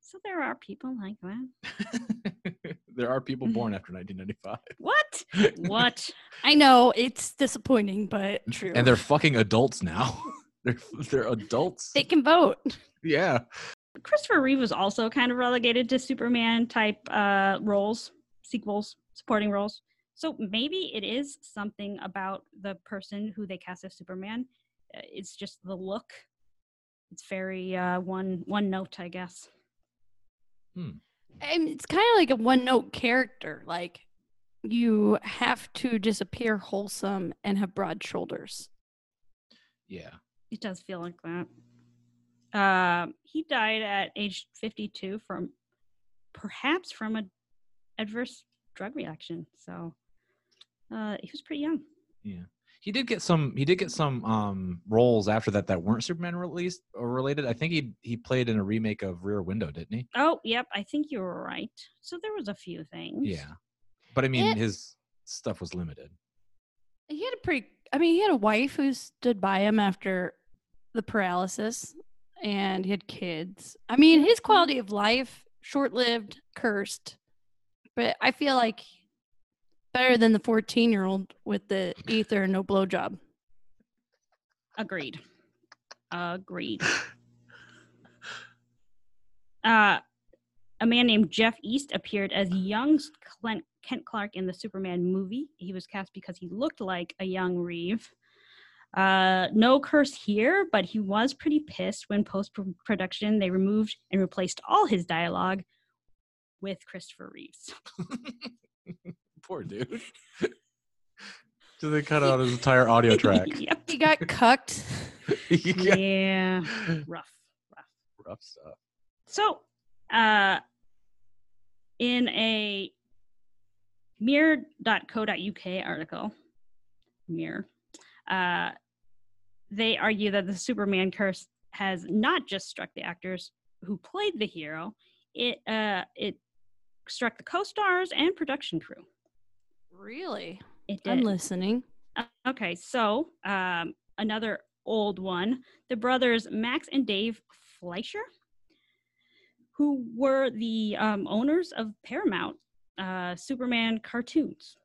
[SPEAKER 1] so there are people like that.
[SPEAKER 3] there are people born after 1995.
[SPEAKER 1] What? What?
[SPEAKER 2] I know it's disappointing, but true.
[SPEAKER 3] and they're fucking adults now. they're they're adults.
[SPEAKER 2] they can vote.
[SPEAKER 3] yeah.
[SPEAKER 1] Christopher Reeve was also kind of relegated to Superman type uh, roles, sequels, supporting roles. So maybe it is something about the person who they cast as Superman. Uh, It's just the look. It's very uh, one one note, I guess.
[SPEAKER 2] And it's kind of like a one note character. Like you have to just appear wholesome and have broad shoulders.
[SPEAKER 3] Yeah.
[SPEAKER 1] It does feel like that. Um he died at age 52 from perhaps from a adverse drug reaction. So uh, he was pretty young.
[SPEAKER 3] He did get some. He did get some um, roles after that that weren't Superman released or related. I think he he played in a remake of Rear Window, didn't he?
[SPEAKER 1] Oh, yep. I think you were right. So there was a few things.
[SPEAKER 3] Yeah, but I mean
[SPEAKER 2] It-
[SPEAKER 3] his stuff was limited.
[SPEAKER 2] He had a pretty, I mean, he had a wife who stood by him after the paralysis and he had kids. I mean, his quality of life, short lived, cursed, but I feel like better than the 14 year old with the ether and no blowjob.
[SPEAKER 1] Agreed. Agreed. uh, a man named Jeff East appeared as young Clint, Kent Clark in the Superman movie. He was cast because he looked like a young Reeve. Uh, no curse here, but he was pretty pissed when post production they removed and replaced all his dialogue with Christopher Reeves.
[SPEAKER 3] Poor dude. so they cut out his entire audio track.
[SPEAKER 1] yep.
[SPEAKER 2] He got cucked.
[SPEAKER 3] yeah.
[SPEAKER 1] yeah. Rough.
[SPEAKER 3] Rough stuff.
[SPEAKER 1] So, uh, in a mirror.co.uk article, mirror, uh, they argue that the Superman curse has not just struck the actors who played the hero, it uh, it struck the co-stars and production crew.
[SPEAKER 2] Really?
[SPEAKER 1] It
[SPEAKER 2] I'm
[SPEAKER 1] did.
[SPEAKER 2] listening.
[SPEAKER 1] Uh, okay, so um, another old one: the brothers Max and Dave Fleischer, who were the um, owners of Paramount uh, Superman cartoons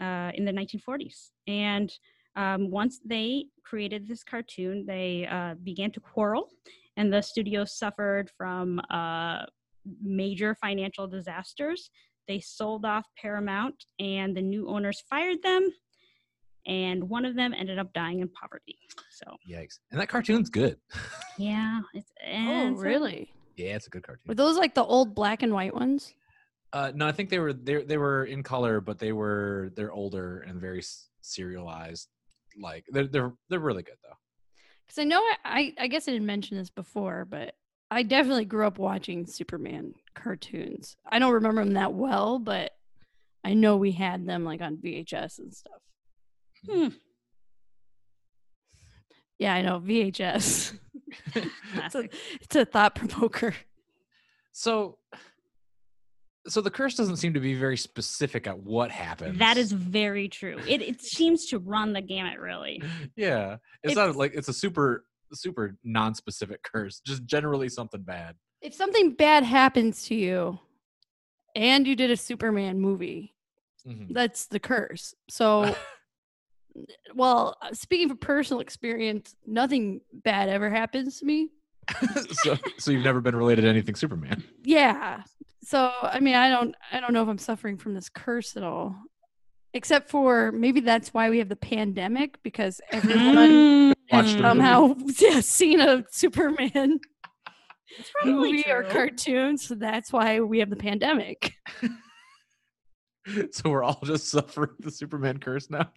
[SPEAKER 1] uh, in the 1940s, and um, once they created this cartoon, they uh, began to quarrel, and the studio suffered from uh, major financial disasters. They sold off Paramount, and the new owners fired them, and one of them ended up dying in poverty. So,
[SPEAKER 3] Yikes! And that cartoon's good.
[SPEAKER 1] yeah, it's and
[SPEAKER 2] oh,
[SPEAKER 1] so-
[SPEAKER 2] really?
[SPEAKER 3] yeah, it's a good cartoon.
[SPEAKER 2] Were those like the old black and white ones?
[SPEAKER 3] Uh, no, I think they were they they were in color, but they were they're older and very s- serialized. Like they're they're they're really good though.
[SPEAKER 2] Because I know I, I, I guess I didn't mention this before, but I definitely grew up watching Superman cartoons. I don't remember them that well, but I know we had them like on VHS and stuff.
[SPEAKER 1] Hmm.
[SPEAKER 2] Yeah, I know VHS. it's, a,
[SPEAKER 1] Classic.
[SPEAKER 2] it's a thought provoker.
[SPEAKER 3] So, so the curse doesn't seem to be very specific at what happens.
[SPEAKER 1] That is very true. It it seems to run the gamut, really.
[SPEAKER 3] yeah. It's,
[SPEAKER 2] It's-
[SPEAKER 3] not like it's a super super non-specific curse. Just generally something bad.
[SPEAKER 2] If something bad happens to you and you did a Superman movie,
[SPEAKER 3] Mhm.
[SPEAKER 2] that's the curse. So, well, uh, speaking from personal experience, nothing bad ever happens to me.
[SPEAKER 3] so, so you've never been related to anything Superman.
[SPEAKER 2] Yeah. So, I mean, I don't, I don't know if I'm suffering from this curse at all, except for maybe that's why we have the pandemic because
[SPEAKER 1] Mm.
[SPEAKER 2] everyone
[SPEAKER 3] Watch
[SPEAKER 2] has
[SPEAKER 3] the movie.
[SPEAKER 1] Um,
[SPEAKER 2] somehow yeah, seen a Superman
[SPEAKER 1] It's probably
[SPEAKER 2] movie or
[SPEAKER 1] true.
[SPEAKER 2] cartoon. So that's why we have the pandemic.
[SPEAKER 3] So we're all just suffering the Superman curse now.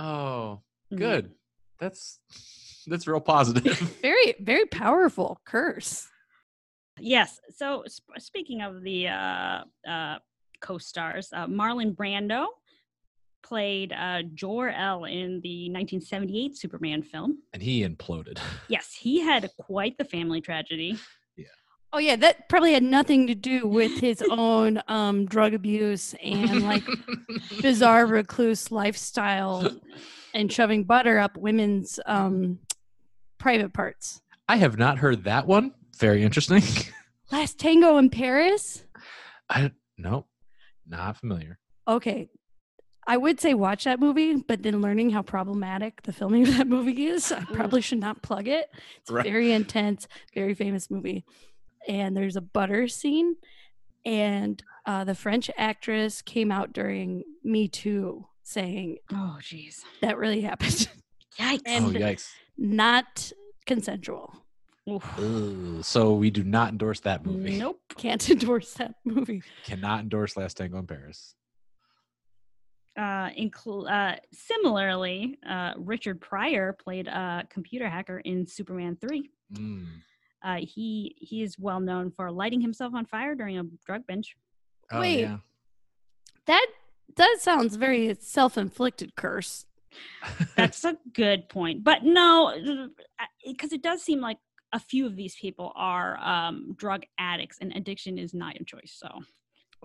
[SPEAKER 1] Mm.
[SPEAKER 2] Mm-hmm.
[SPEAKER 3] good. That's that's real positive.
[SPEAKER 2] Very, very powerful curse.
[SPEAKER 1] Yes. So sp- speaking of the uh, uh, co-stars, uh, Marlon Brando played uh, Jor El in the 1978 Superman film.
[SPEAKER 3] and he imploded.
[SPEAKER 1] Yes, he had quite the family tragedy.
[SPEAKER 2] Oh yeah, that probably had nothing to do with his own um, drug abuse and like bizarre recluse lifestyle and shoving butter up women's um, private parts.
[SPEAKER 3] I have not heard that one. Very interesting.
[SPEAKER 2] Last Tango in Paris.
[SPEAKER 3] I nope, not familiar.
[SPEAKER 2] Okay, I would say watch that movie, but then learning how problematic the filming of that movie is, I probably should not plug it. It's
[SPEAKER 3] Right.
[SPEAKER 2] very intense, very famous movie. And there's a butter scene, and uh, the French actress came out during Me Too saying
[SPEAKER 1] Oh, jeez.
[SPEAKER 2] that really happened,
[SPEAKER 1] Yikes.
[SPEAKER 3] oh
[SPEAKER 2] And-
[SPEAKER 3] yikes!
[SPEAKER 2] not consensual.
[SPEAKER 1] Oof.
[SPEAKER 3] Ugh, so we do not endorse that Oh, movie.
[SPEAKER 1] Nope.
[SPEAKER 2] Can't endorse that movie.
[SPEAKER 3] Cannot endorse Last Tango in Paris.
[SPEAKER 1] Uh, inclu- uh, similarly, uh, Richard Pryor played a computer hacker in Superman 3.
[SPEAKER 3] Mm.
[SPEAKER 1] Uh, he he is well known for lighting himself on fire during a drug binge.
[SPEAKER 3] Oh,
[SPEAKER 2] Wait.
[SPEAKER 3] yeah.
[SPEAKER 2] That that sounds very self-inflicted curse.
[SPEAKER 1] That's a good point. But no, because it does seem like a few of these people are um, drug addicts, and addiction is not your choice. So,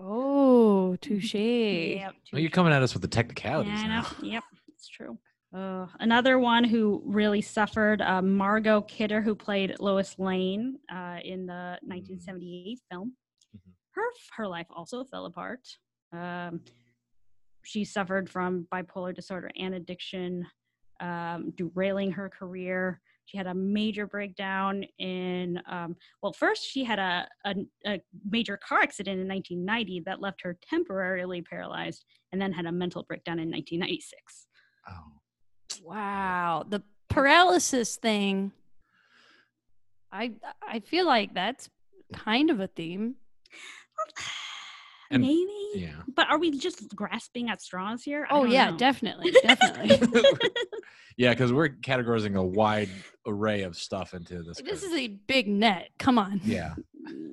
[SPEAKER 2] Oh, touche.
[SPEAKER 1] yep.
[SPEAKER 3] Well, you're coming at us with the technicalities
[SPEAKER 1] Yeah, I
[SPEAKER 3] now.
[SPEAKER 1] know. Yep, it's true. Uh, another one who really suffered, uh, Margot Kidder, who played Lois Lane uh, in the 1978 film.
[SPEAKER 3] Mhm.
[SPEAKER 1] Her her life also fell apart. Um, she suffered from bipolar disorder and addiction, um, derailing her career. She had a major breakdown in, um, well, first she had a, a, a major car accident in 1990 that left her temporarily paralyzed and then had a mental breakdown in 1996.
[SPEAKER 3] Oh.
[SPEAKER 2] Wow, the paralysis thing. I I feel like that's kind of a theme.
[SPEAKER 3] And-
[SPEAKER 1] Maybe.
[SPEAKER 3] Oh, Yeah.
[SPEAKER 1] But are we just grasping at straws here? I
[SPEAKER 2] Oh
[SPEAKER 1] don't
[SPEAKER 2] yeah,
[SPEAKER 1] know.
[SPEAKER 2] definitely, definitely.
[SPEAKER 3] yeah, because we're categorizing a wide array of stuff into this.
[SPEAKER 2] this
[SPEAKER 3] curve.
[SPEAKER 2] is a big net. Come on.
[SPEAKER 3] yeah.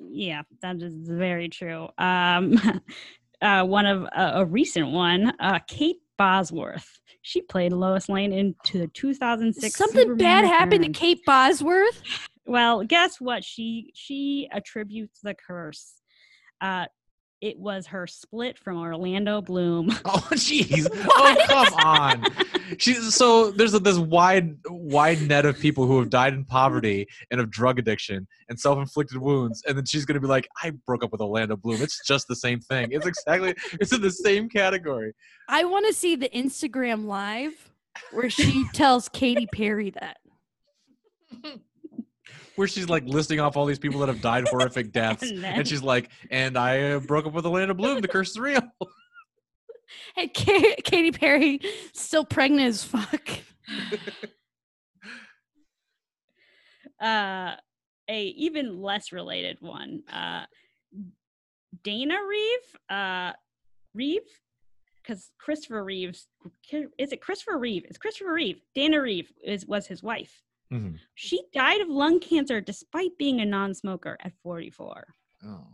[SPEAKER 1] Yeah, that is very true. Um, uh, one of a a recent one, uh, Kate Bosworth. She played Lois Lane into the 2006.
[SPEAKER 2] Something
[SPEAKER 1] Superman
[SPEAKER 2] bad happened to
[SPEAKER 1] Returns.
[SPEAKER 2] Kate Bosworth.
[SPEAKER 1] Well, guess what? She she attributes the curse. Uh, it was her split from Orlando Bloom.
[SPEAKER 3] Oh jeez. Oh come on. She's so there's a, this wide wide net of people who have died in poverty and of drug addiction and self-inflicted wounds and then she's going to be like I broke up with Orlando Bloom. It's just the same thing. It's exactly it's in the same category.
[SPEAKER 2] I want to see the Instagram live where she tells Katy Perry that.
[SPEAKER 3] Where she's like listing off all these people that have died horrific deaths
[SPEAKER 1] And then-
[SPEAKER 3] and she's like and I uh, broke up with Orlando Bloom. The curse is real.
[SPEAKER 2] Hey, Ka- Katy Perry, still pregnant as fuck.
[SPEAKER 1] uh, a even less related one. Uh, Dana Reeve, uh, Reeve, because Christopher Reeves is it Christopher Reeve? It's Christopher Reeve. Dana Reeve is was his wife.
[SPEAKER 3] Mhm.
[SPEAKER 1] She died of lung cancer despite being a non-smoker at 44.
[SPEAKER 3] Oh.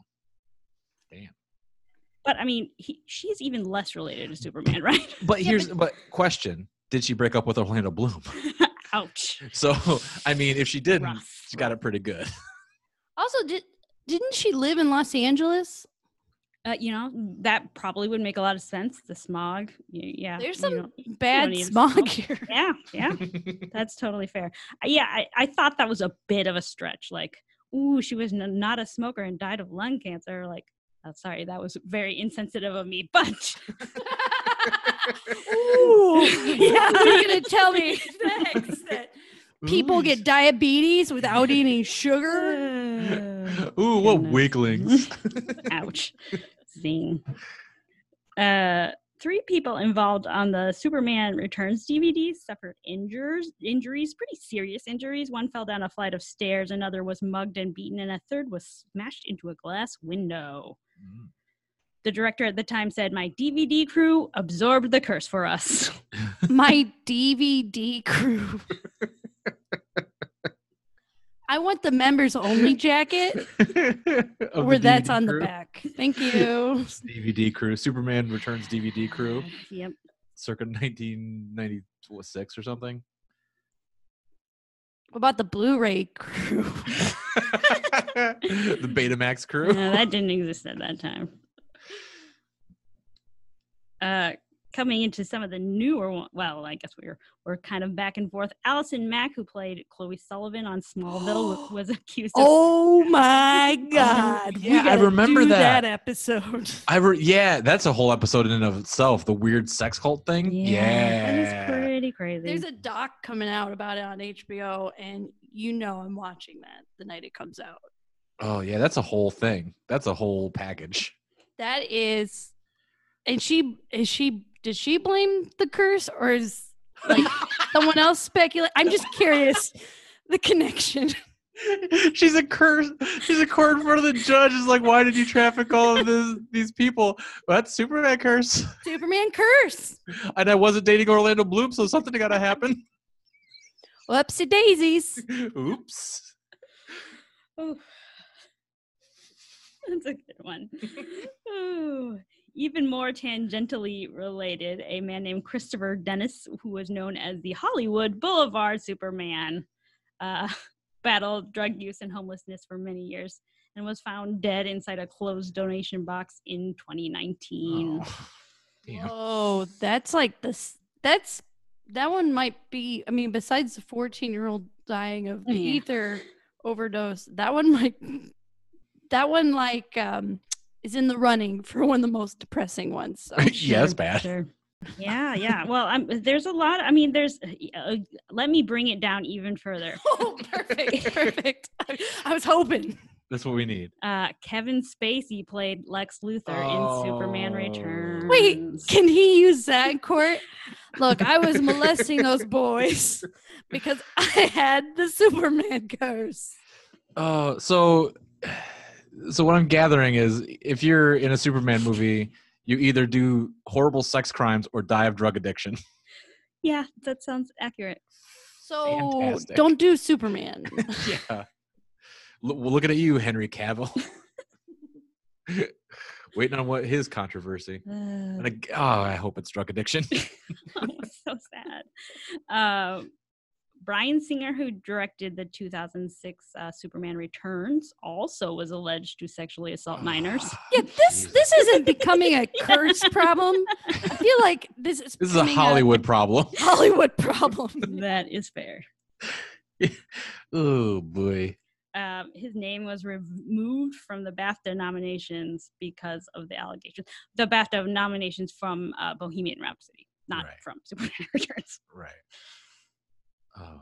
[SPEAKER 1] But I mean, he, she's even less related to Superman, right?
[SPEAKER 3] But here's but question, did she break up with Orlando Bloom?
[SPEAKER 1] Ouch.
[SPEAKER 3] So, I mean, if she didn't,
[SPEAKER 1] Rough.
[SPEAKER 3] she got it pretty good.
[SPEAKER 2] Also, did didn't she live in Los Angeles?
[SPEAKER 1] Uh, you know, that probably would make a lot of sense. The smog. y- Yeah.
[SPEAKER 2] There's
[SPEAKER 1] you
[SPEAKER 2] some
[SPEAKER 1] don't- you don't
[SPEAKER 2] Bad
[SPEAKER 1] even
[SPEAKER 2] smog
[SPEAKER 1] smoke.
[SPEAKER 2] here.
[SPEAKER 1] Yeah. Yeah. That's totally fair. I- Yeah, I, I thought that was a bit of a stretch. Like, ooh, she was n- not a smoker and died of lung cancer. Like, oh, sorry, that was very insensitive of me. But
[SPEAKER 2] Ooh,
[SPEAKER 1] Yeah.
[SPEAKER 2] You're gonna tell me next that people get diabetes without eating sugar?
[SPEAKER 1] Uh,
[SPEAKER 3] Ooh, what
[SPEAKER 1] Goodness.
[SPEAKER 3] weaklings.
[SPEAKER 1] ouch, zing. Uh, three people involved on the Superman Returns DVD suffered injures, injuries, pretty serious injuries. One fell down a flight of stairs, another was mugged and beaten, and a third was smashed into a glass window. The director at the time said, My DVD crew absorbed the curse for us.
[SPEAKER 2] My DVD crew. I want the members only jacket where that's on the back. Thank you.
[SPEAKER 3] DVD crew, Superman Returns DVD crew,
[SPEAKER 1] yep.
[SPEAKER 3] circa 1996 or something.
[SPEAKER 2] What about the Blu-ray crew?
[SPEAKER 3] the Betamax
[SPEAKER 1] No,
[SPEAKER 3] crew.
[SPEAKER 1] that didn't exist at that time. Uh, coming into some of the newer one, well, I guess we were, we're kind of back and forth. Allison Mack, who played Chloe Sullivan on Smallville, wa- was accused of.
[SPEAKER 2] Oh my God!
[SPEAKER 3] yeah, I
[SPEAKER 2] gotta
[SPEAKER 3] remember
[SPEAKER 2] do
[SPEAKER 3] that.
[SPEAKER 2] episode.
[SPEAKER 3] I re- yeah, that's a whole episode in and of itself. The weird sex cult thing.
[SPEAKER 1] That is pretty crazy.
[SPEAKER 2] There's a doc coming out about it on HBO, and you know I'm watching that the night it comes out.
[SPEAKER 3] Oh yeah, that's a whole thing. That's a whole package.
[SPEAKER 2] That is, and she is she did she blame the curse or is like someone else speculate? I'm just curious the connection.
[SPEAKER 3] she's a curse. She's a court in front of the judge. Is like, why did you traffic all of this, these people? Well, that's Superman curse.
[SPEAKER 2] Superman curse.
[SPEAKER 3] And I wasn't dating Orlando Bloom, so something got to happen.
[SPEAKER 2] Whoopsie daisies.
[SPEAKER 3] Oops.
[SPEAKER 1] Oh, that's a good one. Ooh. Even more tangentially related, a man named Christopher Dennis, who was known as the Hollywood Boulevard Superman, uh, battled drug use and homelessness for many years and was found dead inside a closed donation box in 2019.
[SPEAKER 3] Oh, damn.
[SPEAKER 2] Oh, that's like this. That's that one might be. I mean, besides the 14 year old dying of the
[SPEAKER 1] Yeah.
[SPEAKER 2] ether overdose, that one might. That one like um is in the running for one of the most depressing ones. So.
[SPEAKER 3] yeah, that's bad.
[SPEAKER 1] Sure. Yeah, yeah. Well, um, there's a lot. I mean, there's. Uh, let me bring it down even further.
[SPEAKER 2] oh, perfect, perfect. I, I was hoping.
[SPEAKER 3] That's what we need.
[SPEAKER 1] Uh, Kevin Spacey played Lex Luthor in Superman
[SPEAKER 3] Oh.
[SPEAKER 1] Returns.
[SPEAKER 2] Wait, Can he use that in court? Look, I was molesting those boys because I had the Superman curse.
[SPEAKER 3] Oh, so, so what I'm gathering is, if you're in a Superman movie, you either do horrible sex crimes or die of drug addiction.
[SPEAKER 1] Yeah, that sounds accurate.
[SPEAKER 2] So
[SPEAKER 3] Fantastic.
[SPEAKER 2] don't do Superman.
[SPEAKER 3] yeah. L- well, looking at you, Henry Cavill. waiting on what his controversy. And
[SPEAKER 1] Ugh.
[SPEAKER 3] I, oh, I hope it struck addiction.
[SPEAKER 1] so sad. Uh, Brian Singer, who directed the 2006 uh, Superman Returns, also was alleged to sexually assault minors.
[SPEAKER 2] Yeah, this
[SPEAKER 3] Jesus.
[SPEAKER 2] this isn't becoming a curse problem. I feel like this is
[SPEAKER 3] This is a
[SPEAKER 2] becoming
[SPEAKER 3] Hollywood problem.
[SPEAKER 2] Hollywood problem.
[SPEAKER 1] that is fair.
[SPEAKER 3] oh boy.
[SPEAKER 1] Um, his name was removed from the BAFTA nominations because of the allegations. The BAFTA nominations from uh, Bohemian Rhapsody, not
[SPEAKER 3] Right.
[SPEAKER 1] from Superman Returns.
[SPEAKER 3] Right. Oh.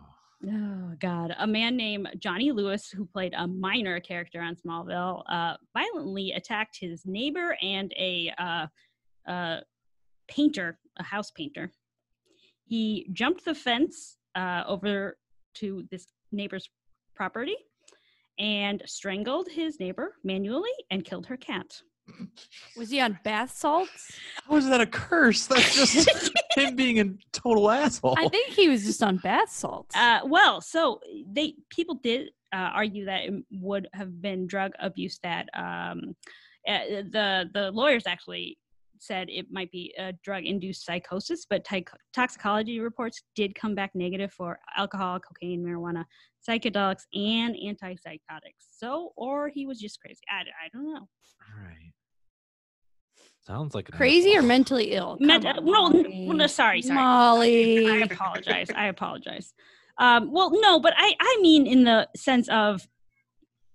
[SPEAKER 1] Oh God! A man named Johnny Lewis, who played a minor character on Smallville, uh, violently attacked his neighbor and a uh, uh, painter, a house painter. He jumped the fence uh, over to this neighbor's property and strangled his neighbor manually and killed her cat.
[SPEAKER 2] Was he on bath salts?
[SPEAKER 3] How is that a curse? That's just him being a total asshole.
[SPEAKER 2] I think he was just on bath salts.
[SPEAKER 1] Uh, well, so they people did uh, argue that it would have been drug abuse. That um, uh, the the lawyers actually said it might be a drug induced psychosis, but ty- toxicology reports did come back negative for alcohol, cocaine, marijuana, psychedelics, and antipsychotics. So, or he was just crazy. I, I don't know.
[SPEAKER 3] right. Sounds like an
[SPEAKER 2] Crazy or
[SPEAKER 3] asshole.
[SPEAKER 2] mental ill? Come
[SPEAKER 1] Meant-
[SPEAKER 2] on,
[SPEAKER 1] well,
[SPEAKER 2] Molly.
[SPEAKER 1] n- well, no, sorry, sorry. I
[SPEAKER 2] Molly.
[SPEAKER 1] apologize. I apologize. Um, well, no, but I, I mean in the sense of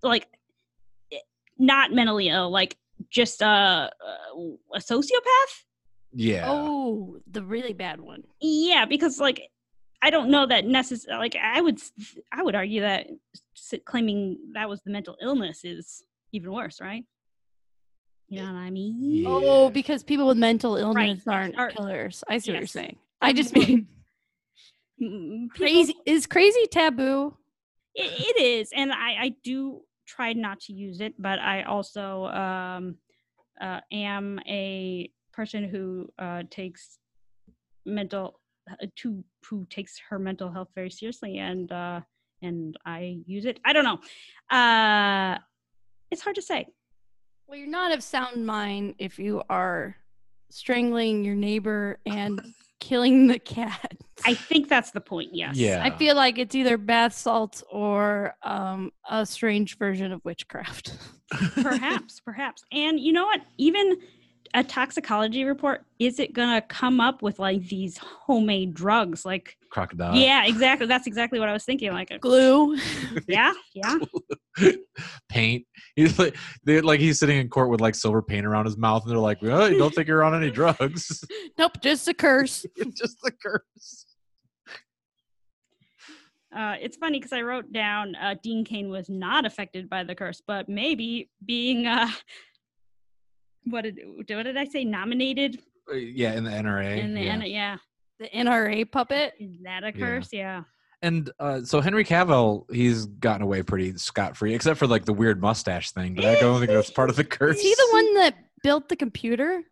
[SPEAKER 1] like eh, not mentally ill, like just uh, uh, a sociopath.
[SPEAKER 3] Yeah.
[SPEAKER 2] Oh, the really bad one.
[SPEAKER 1] Yeah, because like I don't know that necessarily. Like I would s- I would argue that s- claiming that was the mental illness is even worse, right? You know what I mean?
[SPEAKER 3] Yeah.
[SPEAKER 2] Oh, because people with mental illness aren't
[SPEAKER 1] Are-
[SPEAKER 2] killers. I see what you're
[SPEAKER 1] Yes.
[SPEAKER 2] saying. I just mean
[SPEAKER 1] Mm, people-
[SPEAKER 2] crazy is crazy taboo.
[SPEAKER 1] it, it is and I, I do try not to use it but i also um, uh, am a person who uh, takes mental uh, to who takes her mental health very seriously and uh, and i use it i don't know uh, it's hard to say
[SPEAKER 2] Well, you're not of sound mind if you are strangling your neighbor and killing the cat.
[SPEAKER 1] i think that's the point yes
[SPEAKER 3] Yeah.
[SPEAKER 2] I feel like it's either bath salts or um, a strange version of witchcraft.
[SPEAKER 1] perhaps perhaps and you know what even a toxicology report is it gonna come up with like these homemade drugs like
[SPEAKER 3] Crocodile.
[SPEAKER 1] Yeah, exactly. That's exactly what I was thinking. Like, uh,
[SPEAKER 2] Glue.
[SPEAKER 1] yeah, yeah.
[SPEAKER 3] paint. He's like, they're like he's sitting in court with like silver paint around his mouth, and they're like, "Well, you don't think you're on any drugs?
[SPEAKER 2] nope, just a curse.
[SPEAKER 3] it's just the curse."
[SPEAKER 1] Uh, it's funny because I wrote down uh, Dean Kane was not affected by the curse, but maybe being uh, what did what did I say? Nominated
[SPEAKER 3] Uh, Yeah, in the NRA.
[SPEAKER 1] in the
[SPEAKER 3] yeah.
[SPEAKER 1] end, yeah.
[SPEAKER 2] The NRA puppet.
[SPEAKER 1] Is that a
[SPEAKER 3] Yeah.
[SPEAKER 1] curse? Yeah.
[SPEAKER 3] And uh, so Henry Cavill, he's gotten away pretty scot free, except for like the weird mustache thing. But I don't think that's part of the curse.
[SPEAKER 2] Is he the one that built the computer?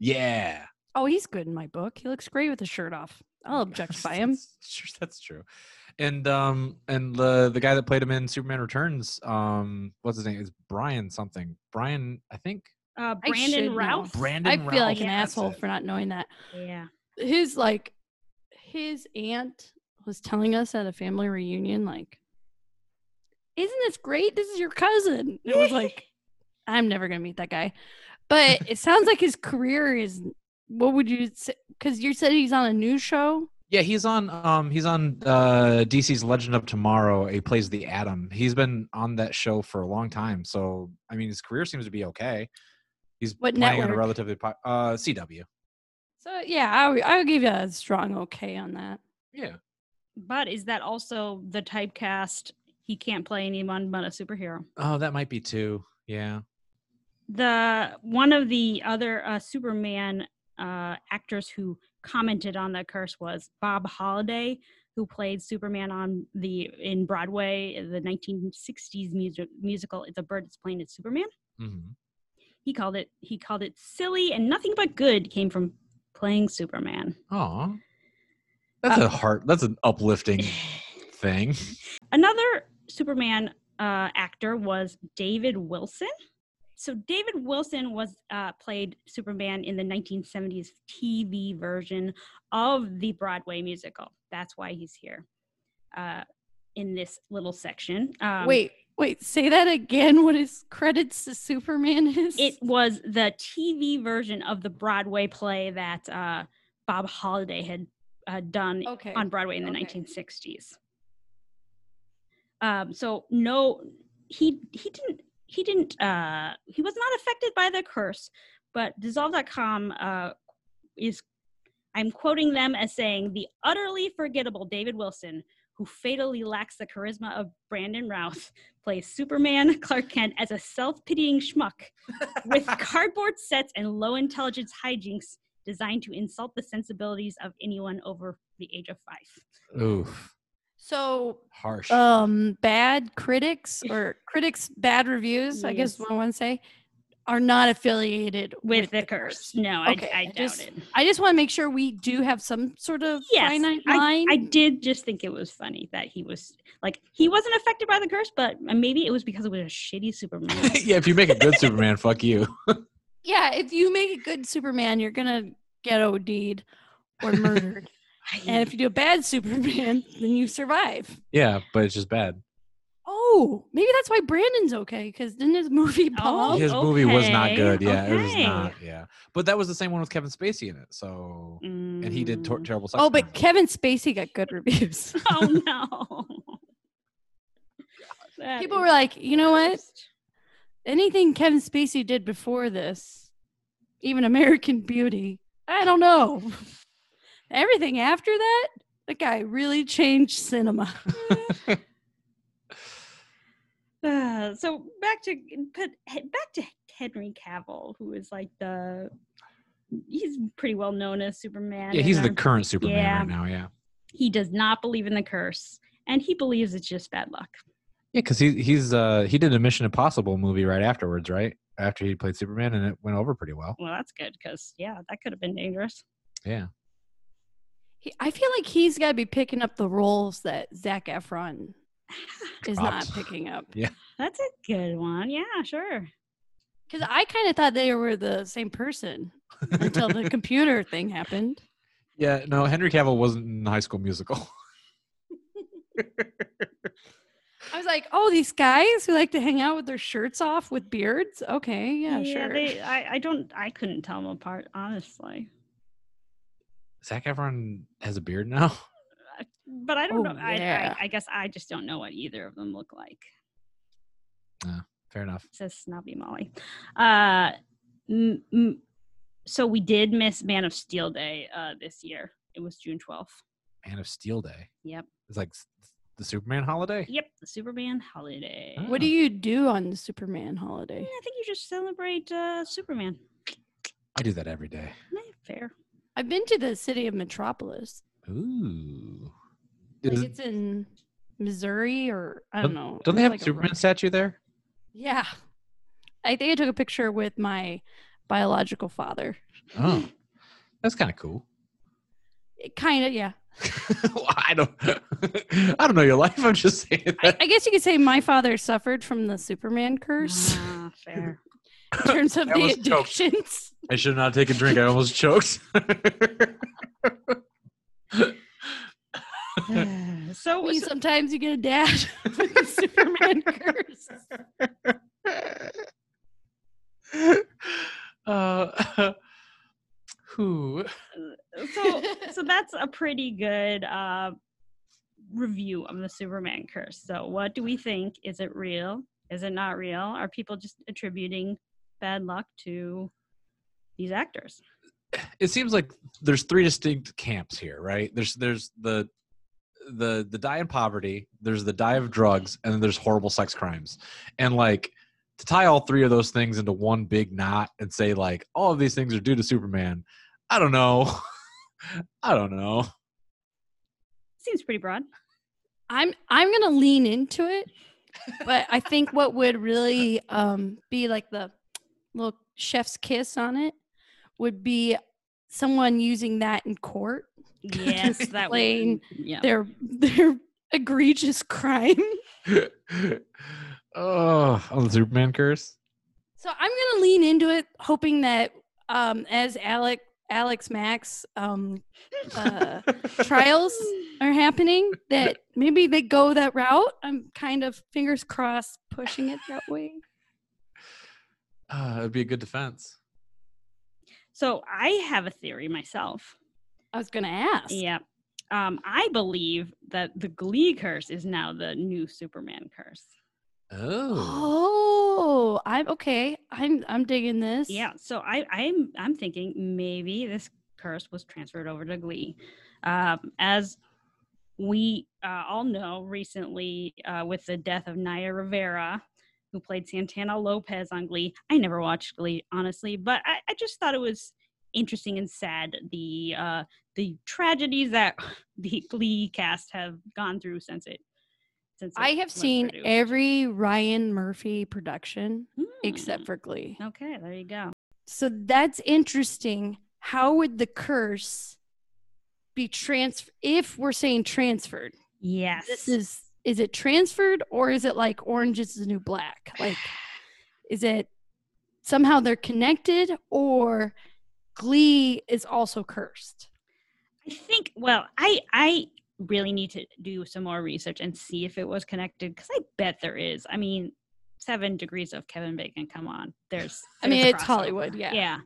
[SPEAKER 3] Yeah.
[SPEAKER 2] Oh, he's good in my book. He looks great with his shirt off. I'll objectify him.
[SPEAKER 3] That's- Sure, that's true. And um, and the the guy that played him in Superman Returns, um, what's his name? Is Brian something? Brian, I think.
[SPEAKER 1] Uh,
[SPEAKER 2] I should
[SPEAKER 1] Brandon
[SPEAKER 2] know.
[SPEAKER 1] Routh.
[SPEAKER 3] Brandon.
[SPEAKER 2] I feel like an
[SPEAKER 3] Routh, that's
[SPEAKER 2] asshole
[SPEAKER 3] it.
[SPEAKER 2] for not knowing that.
[SPEAKER 1] Yeah.
[SPEAKER 2] his like his aunt was telling us at a family reunion like isn't this great this is your cousin it was like i'm never gonna meet that guy but it sounds like his career is what would you say because you said he's on a new show
[SPEAKER 3] Yeah, he's on um he's on uh DC's Legend of Tomorrow. He plays the Atom. He's been on that show for a long time. So I mean his career seems to be okay. He's
[SPEAKER 2] What
[SPEAKER 3] playing on a
[SPEAKER 2] network?
[SPEAKER 3] relatively po- uh CW.
[SPEAKER 2] so yeah i would- I would give you a strong okay on that
[SPEAKER 3] Yeah.
[SPEAKER 1] But is that also the typecast? He can't play anyone but a superhero.
[SPEAKER 3] Oh, that might be too. Yeah.
[SPEAKER 1] the one of the other uh, Superman uh, actors who commented on the curse was Bob Holliday, who played Superman on the in Broadway the 1960s music, musical "The Bird Is Playing It's Superman."
[SPEAKER 3] hmm
[SPEAKER 1] He called it he called it silly and nothing but good came from playing Superman.
[SPEAKER 3] Aw. That's a heart that's an uplifting thing.
[SPEAKER 1] Another Superman uh, actor was David Wilson. So David Wilson was uh, played Superman in the 1970s TV version of the Broadway musical. That's why he's here uh, in this little section. Um,
[SPEAKER 2] wait, wait, say that again. What his credits to Superman is?
[SPEAKER 1] it was the TV version of the Broadway play that uh, Bob Holliday had uh, done
[SPEAKER 2] okay.
[SPEAKER 1] on Broadway in the
[SPEAKER 2] Okay.
[SPEAKER 1] 1960s. Um, so no, he he didn't he didn't uh, he was not affected by the curse. But Dissolve.com uh, is I'm quoting them as saying the utterly forgettable David Wilson, who fatally lacks the charisma of Brandon Routh, plays Superman Clark Kent as a self-pitying schmuck with cardboard sets and low intelligence hijinks designed to insult the sensibilities of anyone over the age of five.
[SPEAKER 3] Oof.
[SPEAKER 2] so
[SPEAKER 3] Harsh.
[SPEAKER 1] Uh,
[SPEAKER 2] um bad critics or critics bad reviews i guess
[SPEAKER 1] Yes.
[SPEAKER 2] what i want to say are not affiliated
[SPEAKER 1] With, the, curse. No,
[SPEAKER 2] Okay,
[SPEAKER 1] I, I
[SPEAKER 2] I
[SPEAKER 1] doubt
[SPEAKER 2] just-
[SPEAKER 1] it.
[SPEAKER 2] i just want to make sure we do have some sort of
[SPEAKER 1] Yes,
[SPEAKER 2] finite
[SPEAKER 1] I,
[SPEAKER 2] line
[SPEAKER 1] I did just think it was funny that he was like he wasn't affected by the curse, but maybe it was because it was a shitty Superman.
[SPEAKER 3] yeah, if you make a good Superman, fuck you.
[SPEAKER 2] yeah if you make a good superman you're gonna get od'd or murdered and if you do a bad superman then you survive
[SPEAKER 3] Yeah, but it's just bad.
[SPEAKER 2] oh maybe that's why brandon's okay because then his movie bombed.
[SPEAKER 3] His movie was not
[SPEAKER 1] Oh, okay,
[SPEAKER 3] good. Yeah, it was
[SPEAKER 1] okay.
[SPEAKER 3] not. Yeah, but that was the same one with Kevin Spacey in it. So, and he did tor-
[SPEAKER 1] Mm.
[SPEAKER 3] terrible sex.
[SPEAKER 2] oh but
[SPEAKER 3] crimes.
[SPEAKER 2] kevin spacey got good reviews
[SPEAKER 1] oh no. That
[SPEAKER 2] people
[SPEAKER 1] is
[SPEAKER 2] were like you know what
[SPEAKER 1] worst.
[SPEAKER 2] anything Kevin Spacey did before this, even American Beauty, I don't know. Everything after that, the guy really changed cinema.
[SPEAKER 1] Uh, so back to but he- back to Henry Cavill, who is like the he's pretty well known as Superman.
[SPEAKER 3] yeah,
[SPEAKER 1] in
[SPEAKER 3] he's the
[SPEAKER 1] our-
[SPEAKER 3] current Superman
[SPEAKER 1] Yeah.
[SPEAKER 3] right now. Yeah,
[SPEAKER 1] he does not believe in the curse, and he believes it's just bad luck.
[SPEAKER 3] yeah, because he he's uh he did a Mission Impossible movie right afterwards, right after he played Superman, and it went over pretty well.
[SPEAKER 1] Well, that's good because yeah, that could have been dangerous.
[SPEAKER 3] Yeah,
[SPEAKER 2] He, I feel like he's got to be picking up the roles that Zach Efron is
[SPEAKER 3] Dropped.
[SPEAKER 2] not picking up.
[SPEAKER 1] That's a good one. Yeah, sure.
[SPEAKER 2] Because I kind of thought they were the same person until the computer thing happened.
[SPEAKER 3] yeah. No, Henry Cavill wasn't in High School Musical.
[SPEAKER 2] I was like, oh, these guys who like to hang out with their shirts off with beards? Okay, yeah, sure.
[SPEAKER 1] They, I, I don't. I couldn't tell them apart, honestly.
[SPEAKER 3] Zach Efron has a beard now.
[SPEAKER 1] But I don't
[SPEAKER 2] Oh,
[SPEAKER 1] know. I-
[SPEAKER 2] yeah.
[SPEAKER 1] I, I guess I just don't know what either of them look like.
[SPEAKER 3] Fair enough.
[SPEAKER 1] says snobby molly uh m- m- so we did miss man of steel day uh this year it was june 12th
[SPEAKER 3] Man of Steel Day.
[SPEAKER 1] Yep.
[SPEAKER 3] It's like s- the Superman holiday.
[SPEAKER 1] yep the superman holiday
[SPEAKER 3] Oh.
[SPEAKER 2] What do you do on the Superman holiday?
[SPEAKER 1] i think you just celebrate uh superman
[SPEAKER 3] I do that every day.
[SPEAKER 1] Eh, fair
[SPEAKER 2] I've been to the city of Metropolis.
[SPEAKER 3] Ooh.
[SPEAKER 2] Like
[SPEAKER 3] Is-
[SPEAKER 2] it's in Missouri or I don't know.
[SPEAKER 3] don't they
[SPEAKER 2] it's
[SPEAKER 3] have
[SPEAKER 2] like
[SPEAKER 3] a
[SPEAKER 2] a
[SPEAKER 3] Superman
[SPEAKER 2] road-
[SPEAKER 3] statue there?
[SPEAKER 2] Yeah. I think I took a picture with my biological father.
[SPEAKER 3] Oh, that's kind of cool.
[SPEAKER 2] It kind of, yeah.
[SPEAKER 3] Well, I don't. I don't know your life. I'm just saying
[SPEAKER 2] I,
[SPEAKER 3] that.
[SPEAKER 2] I guess you could say my father suffered from the Superman curse
[SPEAKER 1] Ah, fair
[SPEAKER 3] Ah.
[SPEAKER 2] in terms of
[SPEAKER 3] I
[SPEAKER 2] the
[SPEAKER 3] almost choked.
[SPEAKER 2] addictions.
[SPEAKER 3] I should not take a drink. I almost choked.
[SPEAKER 1] so,
[SPEAKER 2] I mean,
[SPEAKER 1] so-
[SPEAKER 2] sometimes you get a dad with the Superman curse.
[SPEAKER 3] uh, who?
[SPEAKER 1] so so that's a pretty good uh review of the superman curse so what do we think is it real is it not real are people just attributing bad luck to these actors
[SPEAKER 3] it seems like there's three distinct camps here, right? There's there's the the the die in poverty, there's the die of drugs, and then there's horrible sex crimes. And like to tie all three of those things into one big knot and say like all of these things are due to Superman, I don't know. I don't know.
[SPEAKER 1] seems pretty broad
[SPEAKER 2] I'm I'm gonna lean into it, but I think what would really um, be like the little chef's kiss on it would be someone using that in court
[SPEAKER 1] yes that
[SPEAKER 2] Plain.
[SPEAKER 1] would yeah
[SPEAKER 2] their their egregious crime.
[SPEAKER 3] oh, on the Superman curse.
[SPEAKER 2] So I'm gonna lean into it, hoping that um, as Alec Alex Max um, uh, trials are happening, that maybe they go that route. I'm kind of fingers crossed pushing it that way.
[SPEAKER 3] Uh, it'd be a good defense.
[SPEAKER 1] So I have a theory myself.
[SPEAKER 2] I was gonna ask.
[SPEAKER 1] Yeah. Um, I believe that the Glee curse is now the new Superman curse.
[SPEAKER 3] Oh.
[SPEAKER 2] Oh, I'm okay. I'm I'm digging this.
[SPEAKER 1] Yeah, so I, I'm I'm thinking maybe this curse was transferred over to Glee, um, as we uh, all know recently uh, with the death of Naya Rivera, who played Santana Lopez on Glee. I never watched Glee honestly, but I, I just thought it was interesting and sad the uh, the tragedies that the Glee cast have gone through since it. Since it
[SPEAKER 2] I have
[SPEAKER 1] was
[SPEAKER 2] seen
[SPEAKER 1] produced.
[SPEAKER 2] every Ryan Murphy production
[SPEAKER 1] Hmm.
[SPEAKER 2] except for Glee.
[SPEAKER 1] Okay, there you go.
[SPEAKER 2] So that's interesting. How would the curse be transferred if we're saying transferred?
[SPEAKER 1] Yes.
[SPEAKER 2] This is is it transferred or is it like orange is the new black? Like is it somehow they're connected or Glee is also cursed?
[SPEAKER 1] I think well, I I really need to do some more research and see if it was connected because I bet there is. I mean, seven degrees of Kevin Bacon. Come on, there's.
[SPEAKER 2] I mean,
[SPEAKER 1] there's
[SPEAKER 2] it's
[SPEAKER 1] crossover.
[SPEAKER 2] Hollywood, yeah.
[SPEAKER 1] Yeah.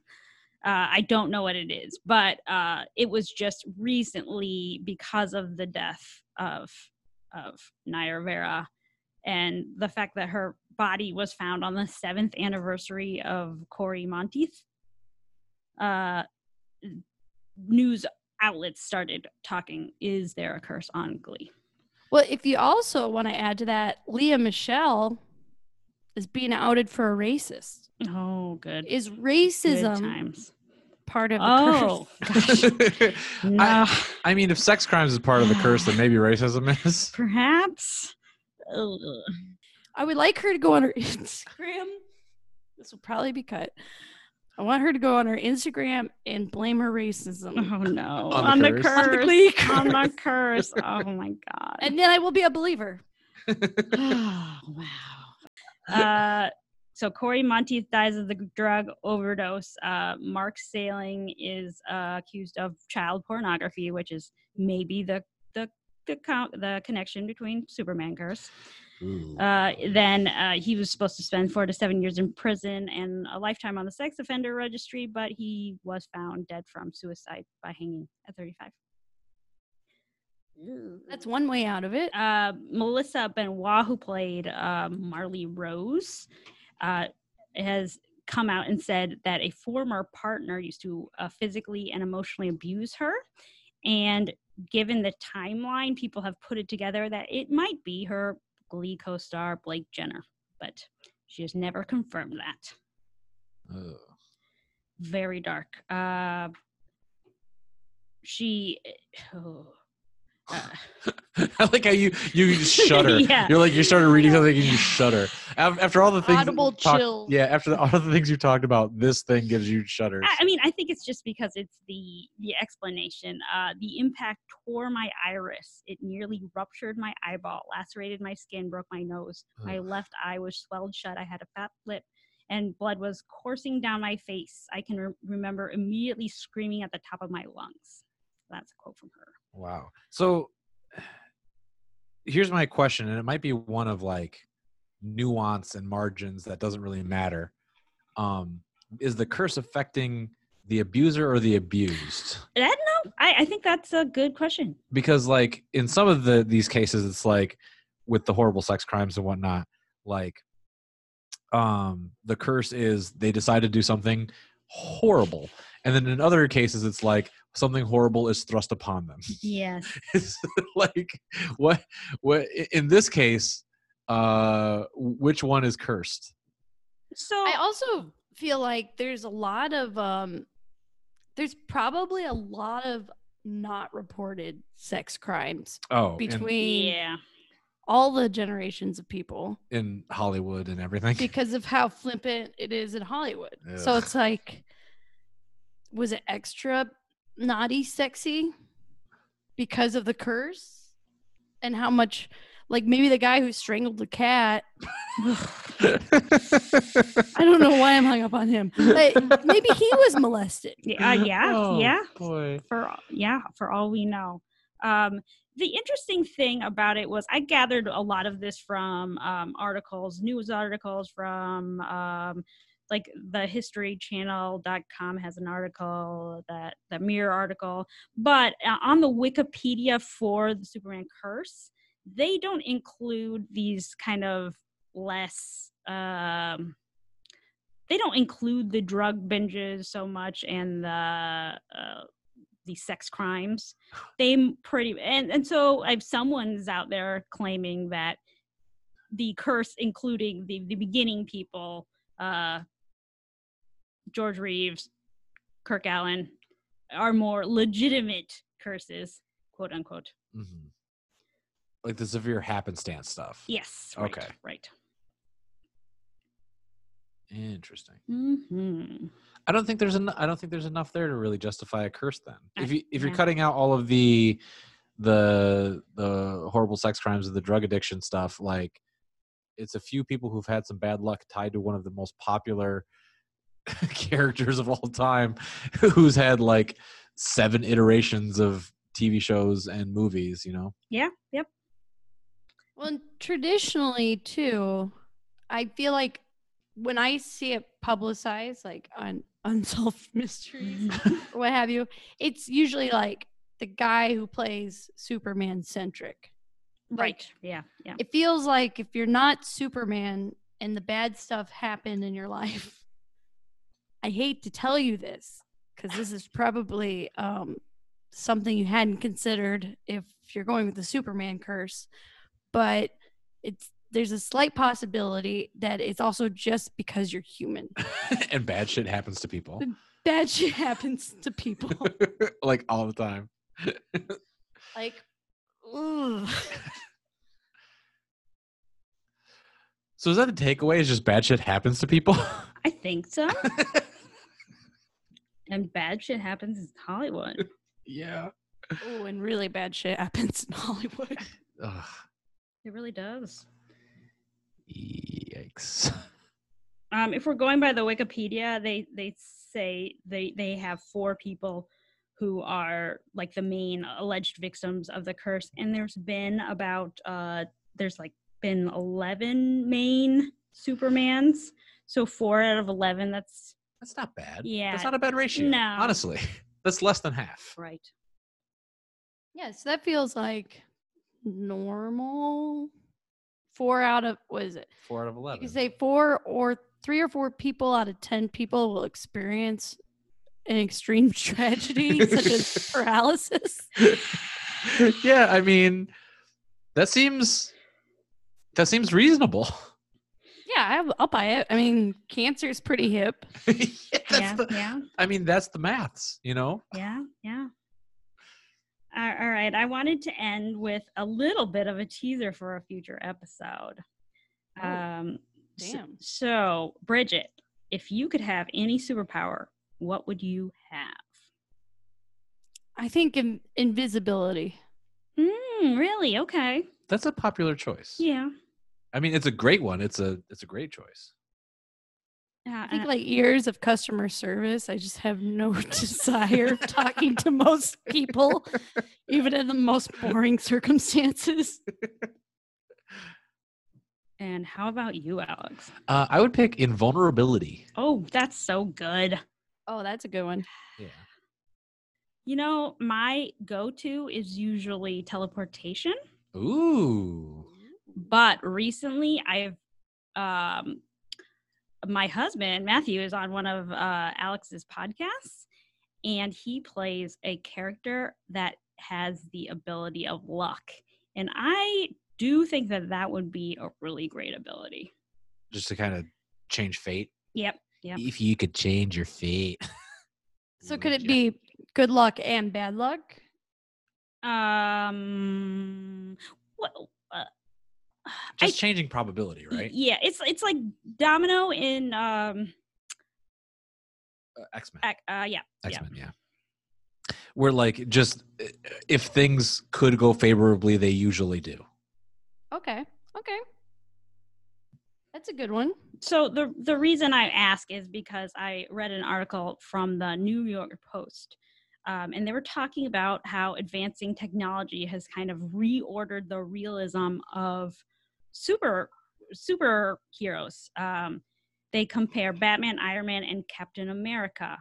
[SPEAKER 1] Uh, I don't know what it is, but uh, it was just recently because of the death of of Naya Rivera and the fact that her body was found on the seventh anniversary of Corey Monteith. Uh, news outlets started talking: Is there a curse on Glee?
[SPEAKER 2] Well, if you also want to add to that, Leah Michelle is being outed for a racist.
[SPEAKER 1] Oh, good.
[SPEAKER 2] Is
[SPEAKER 1] Good
[SPEAKER 2] racism
[SPEAKER 1] times.
[SPEAKER 2] part of the
[SPEAKER 1] Oh,
[SPEAKER 2] curse?
[SPEAKER 1] gosh. no.
[SPEAKER 3] I mean, if sex crimes is part of the curse, then maybe racism is.
[SPEAKER 1] Perhaps. Ugh.
[SPEAKER 2] I would like her to go on her Instagram. This will probably be cut. I want her to go on her Instagram and blame her racism.
[SPEAKER 1] Oh no!
[SPEAKER 3] On the curse.
[SPEAKER 2] On the Glee
[SPEAKER 1] On the curse. Oh my god!
[SPEAKER 2] And then I will be a believer.
[SPEAKER 1] oh wow! Uh, so Corey Monteith dies of the drug overdose. Uh, Mark Saling is uh, accused of child pornography, which is maybe the the the, con- the connection between Superman curse. Uh, then uh, he was supposed to spend four to seven years in prison and a lifetime on the sex offender registry, but he was found dead from suicide by hanging at 35.
[SPEAKER 2] That's one way out of it.
[SPEAKER 1] Uh, Melissa Benoit, who played um, Marley Rose, uh, has come out and said that a former partner used to uh, physically and emotionally abuse her. And given the timeline, people have put it together that it might be her Glee co star, Blake Jenner, but she has never confirmed that.
[SPEAKER 3] Oh.
[SPEAKER 1] Very dark. Uh, she. oh, uh,
[SPEAKER 3] I like how you you just shudder.
[SPEAKER 1] Yeah.
[SPEAKER 3] You're like you started reading something and you shudder. Af- After all the things
[SPEAKER 2] Audible
[SPEAKER 3] you've talked-
[SPEAKER 2] chills.
[SPEAKER 3] yeah, after the, all the things you've talked about, this thing gives you shudders.
[SPEAKER 1] I, I mean, I think it's just because it's the the explanation. Uh, the impact tore my iris. It nearly ruptured my eyeball, lacerated my skin, broke my nose. My
[SPEAKER 3] Ugh.
[SPEAKER 1] left eye was swelled shut. I had a fat lip, and blood was coursing down my face. I can re- remember immediately screaming at the top of my lungs. That's a quote from her.
[SPEAKER 3] Wow. So here's my question, and it might be one of like nuance and margins that doesn't really matter. Um, is the curse affecting the abuser or the abused?
[SPEAKER 1] That no, I, I think that's a good question.
[SPEAKER 3] Because like in some of the these cases, it's like with the horrible sex crimes and whatnot, like um the curse is they decide to do something horrible. And then in other cases it's like something horrible is thrust upon them.
[SPEAKER 1] Yes.
[SPEAKER 3] It's like what what i- in this case uh which one is cursed
[SPEAKER 1] So
[SPEAKER 2] I also feel like there's a lot of um there's probably a lot of not reported sex crimes
[SPEAKER 3] oh in,
[SPEAKER 2] between
[SPEAKER 1] yeah,
[SPEAKER 2] all the generations of people
[SPEAKER 3] in hollywood and everything
[SPEAKER 2] because of how flippant it is in Hollywood. So
[SPEAKER 3] Ugh.
[SPEAKER 2] it's like was it extra naughty sexy because of the curse and how much like maybe the guy who strangled the cat I don't know why I'm hung up on him. But maybe he was molested.
[SPEAKER 1] Yeah, uh, yeah,
[SPEAKER 3] Oh,
[SPEAKER 1] yeah.
[SPEAKER 3] Boy.
[SPEAKER 1] For all- yeah, for all we know. Um, the interesting thing about it was I gathered a lot of this from um, articles, news articles from um, like the historychannel.com has an article that the mirror article but uh, on the wikipedia for the superman curse they don't include these kind of less um they don't include the drug binges so much and the uh, the sex crimes they m- pretty and and so if someone's out there claiming that the curse including the the beginning people uh george reeves kirk allen are more legitimate curses quote unquote
[SPEAKER 3] Mhm. Like the severe happenstance stuff.
[SPEAKER 1] yes right,
[SPEAKER 3] Okay.
[SPEAKER 1] right
[SPEAKER 3] Interesting.
[SPEAKER 1] hmm
[SPEAKER 3] I don't think there's en- I don't think there's enough there to really justify a curse. Then,
[SPEAKER 1] I-
[SPEAKER 3] if you if you're
[SPEAKER 1] yeah.
[SPEAKER 3] cutting out all of the the the horrible sex crimes and the drug addiction stuff, like it's a few people who've had some bad luck tied to one of the most popular characters of all time, who's had like seven iterations of TV shows and movies. You know,
[SPEAKER 1] yeah yep
[SPEAKER 2] Well, and traditionally too, I feel like when I see it publicized, like on unsolved mysteries,
[SPEAKER 1] Mm-hmm.
[SPEAKER 2] or what have you, it's usually like the guy who plays Superman centric.
[SPEAKER 1] right yeah yeah
[SPEAKER 2] It feels like if you're not Superman and the bad stuff happened in your life, I hate to tell you this because this is probably um, something you hadn't considered if you're going with the Superman curse, but it's there's a slight possibility that it's also just because you're human.
[SPEAKER 3] and bad shit happens to people
[SPEAKER 2] Bad shit happens to people.
[SPEAKER 3] like all the time.
[SPEAKER 2] like, ooh.
[SPEAKER 3] So is that the takeaway? Is just bad shit happens to people?
[SPEAKER 1] i think so and bad shit happens in hollywood
[SPEAKER 3] yeah.
[SPEAKER 2] ooh, and really bad shit happens in Hollywood.
[SPEAKER 3] Ugh,
[SPEAKER 1] it really does
[SPEAKER 3] yikes.
[SPEAKER 1] um, if we're going by the Wikipedia, they they say they they have four people who are like the main alleged victims of the curse, and there's been about uh, there's like been eleven main Supermans, so four out of eleven. That's
[SPEAKER 3] That's not bad.
[SPEAKER 1] Yeah.
[SPEAKER 3] That's not a bad ratio.
[SPEAKER 1] No.
[SPEAKER 3] Honestly, that's less than half.
[SPEAKER 1] right.
[SPEAKER 2] Yeah, so that feels like normal. Four out of what is it?
[SPEAKER 3] Four out of
[SPEAKER 2] You
[SPEAKER 3] eleven.
[SPEAKER 2] could say four or three or four people out of ten people will experience an extreme tragedy such as paralysis.
[SPEAKER 3] yeah, I mean, that seems that seems reasonable.
[SPEAKER 2] Yeah, I, I'll buy it. I mean, cancer is pretty hip.
[SPEAKER 3] Yeah, that's
[SPEAKER 1] yeah,
[SPEAKER 3] the-
[SPEAKER 1] yeah.
[SPEAKER 3] I mean, that's the maths. You know.
[SPEAKER 1] Yeah, yeah. All all right. I wanted to end with a little bit of a teaser for a future episode.
[SPEAKER 2] Oh,
[SPEAKER 1] um, s-
[SPEAKER 2] damn.
[SPEAKER 1] So, Bridget, if you could have any superpower, what would you have?
[SPEAKER 2] I think in, invisibility.
[SPEAKER 1] Mm, really? Okay.
[SPEAKER 3] That's a popular choice.
[SPEAKER 1] Yeah.
[SPEAKER 3] I mean, it's a great one. It's a it's a great choice.
[SPEAKER 1] Uh,
[SPEAKER 2] I think
[SPEAKER 1] uh,
[SPEAKER 2] like years of customer service, I just have no desire of talking to most people, even in the most boring circumstances.
[SPEAKER 1] and how about you, Alex?
[SPEAKER 3] Uh, I would pick invulnerability.
[SPEAKER 1] Oh, that's so good.
[SPEAKER 2] Oh, that's a good one.
[SPEAKER 3] Yeah.
[SPEAKER 1] You know, my go to is usually teleportation.
[SPEAKER 3] Ooh.
[SPEAKER 1] but recently i've um my husband matthew is on one of uh alex's podcasts and he plays a character that has the ability of luck and i do think that that would be a really great ability
[SPEAKER 3] Just to kind of change fate.
[SPEAKER 1] yep yep
[SPEAKER 3] If you could change your fate.
[SPEAKER 2] So
[SPEAKER 3] Mm,
[SPEAKER 2] could it be good luck and bad luck?
[SPEAKER 1] um what uh,
[SPEAKER 3] just
[SPEAKER 1] I-
[SPEAKER 3] changing probability, right?
[SPEAKER 1] yeah it's it's like domino in um
[SPEAKER 3] X Men.
[SPEAKER 1] ac- uh yeah
[SPEAKER 3] X Men. Yeah. Where like just uh, if things could go favorably, they usually do.
[SPEAKER 2] Okay. Okay. That's a good one.
[SPEAKER 1] So the the reason I ask is because I read an article from the New York Post, um, and they were talking about how advancing technology has kind of reordered the realism of super superheroes. Um, they compare Batman, Iron Man, and Captain America.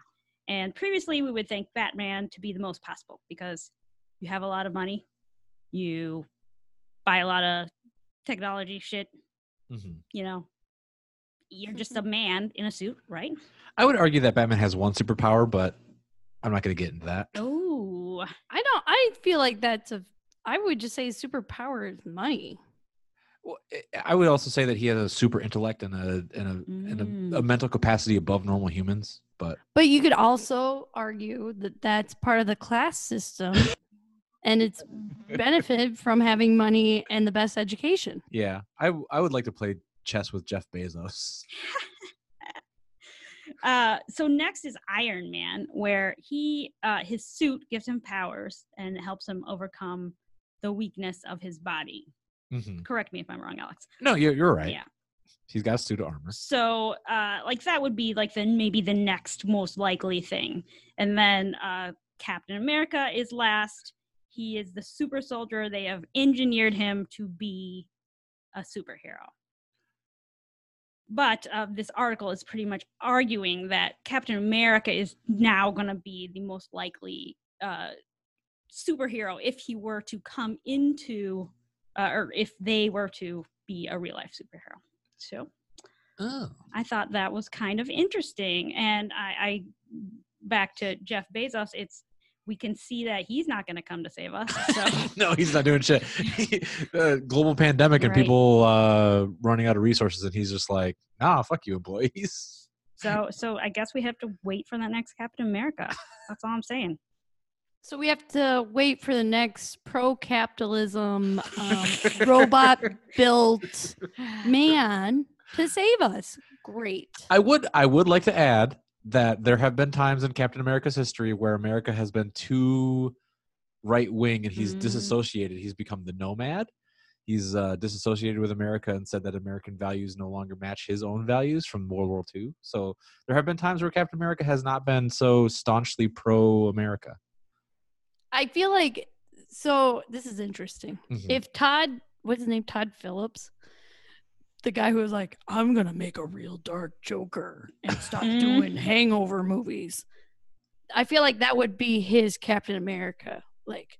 [SPEAKER 1] And previously, we would think Batman to be the most possible because you have a lot of money, you buy a lot of technology shit,
[SPEAKER 3] Mhm.
[SPEAKER 1] you know, you're just a man in a suit, right?
[SPEAKER 3] I would argue that Batman has one superpower, but I'm not going to get into that.
[SPEAKER 1] Oh,
[SPEAKER 2] I don't. I feel like that's a. I would just say superpower is money.
[SPEAKER 3] Well, I- I would also say that he has a super intellect and a and a, and
[SPEAKER 1] Mm.
[SPEAKER 3] a, a mental capacity above normal humans. But
[SPEAKER 2] But you could also argue that that's part of the class system, and it's benefit from having money and the best education.
[SPEAKER 3] yeah, I w- I would like to play chess with Jeff Bezos.
[SPEAKER 1] Uh, so next is Iron Man, where he uh, his suit gives him powers and helps him overcome the weakness of his body.
[SPEAKER 3] Mhm.
[SPEAKER 1] Correct me if I'm wrong, Alex.
[SPEAKER 3] No, you're you're right.
[SPEAKER 1] Yeah.
[SPEAKER 3] He's got suit of armor.
[SPEAKER 1] So, uh, like that would be like the maybe the next most likely thing, and then uh, Captain America is last. He is the super soldier. They have engineered him to be a superhero. But uh, this article is pretty much arguing that Captain America is now going to be the most likely uh, superhero if he were to come into, uh, or if they were to be a real life superhero. So
[SPEAKER 3] Oh,
[SPEAKER 1] I thought that was kind of interesting. And I, I back to Jeff Bezos, it's we can see that he's not going to come to save us. So
[SPEAKER 3] no, he's not doing shit. uh, global pandemic and
[SPEAKER 1] Right.
[SPEAKER 3] people uh, running out of resources, and he's just like, nah, fuck you, employees.
[SPEAKER 1] so so I guess we have to wait for that next Captain America. That's all I'm saying.
[SPEAKER 2] So we have to wait for the next pro-capitalism um, robot-built man to save us. Great.
[SPEAKER 3] I would I would like to add that there have been times in Captain America's history where America has been too right wing and he's
[SPEAKER 2] Mm.
[SPEAKER 3] disassociated. He's become the nomad. He's uh, disassociated with America and said that American values no longer match his own values from World War II. So there have been times where Captain America has not been so staunchly pro America.
[SPEAKER 2] I feel like so. This is interesting.
[SPEAKER 3] Mm-hmm.
[SPEAKER 2] If Todd, what's his name, Todd Phillips, the guy who was like, "I'm gonna make a real dark Joker and stop
[SPEAKER 1] Mm.
[SPEAKER 2] doing Hangover movies," I feel like that would be his Captain America. Like,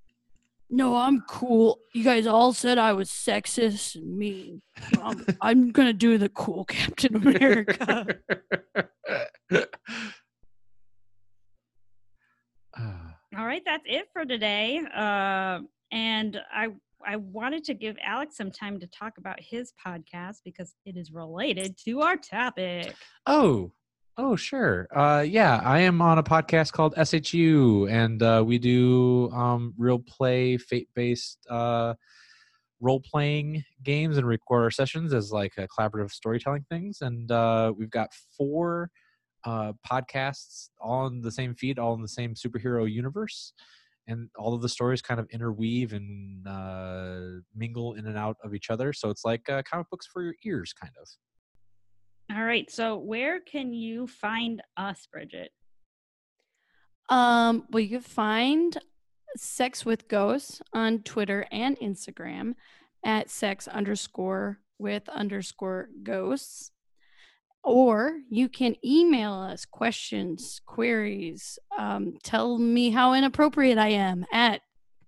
[SPEAKER 2] no, I'm cool. You guys all said I was sexist and mean. but I'm, I'm gonna do the cool Captain America.
[SPEAKER 3] Ah.
[SPEAKER 1] All right, that's it for today. Uh, and I I wanted to give Alex some time to talk about his podcast because it is related to our topic.
[SPEAKER 3] Oh, oh, sure. Uh, yeah, I am on a podcast called SHU, and uh, we do um, real play, fate based uh, role playing games and record our sessions as like uh, collaborative storytelling things. And uh, we've got four uh, podcasts all in the same feed, all in the same superhero universe. And all of the stories kind of interweave and uh, mingle in and out of each other. So it's like uh, comic books for your ears, kind of.
[SPEAKER 1] All right, so where can you find us, Bridget?
[SPEAKER 2] Um, well, you can find Sex with Ghosts on Twitter and Instagram at sex underscore with underscore ghosts. Or you can email us questions, queries, um, tell me how inappropriate I am at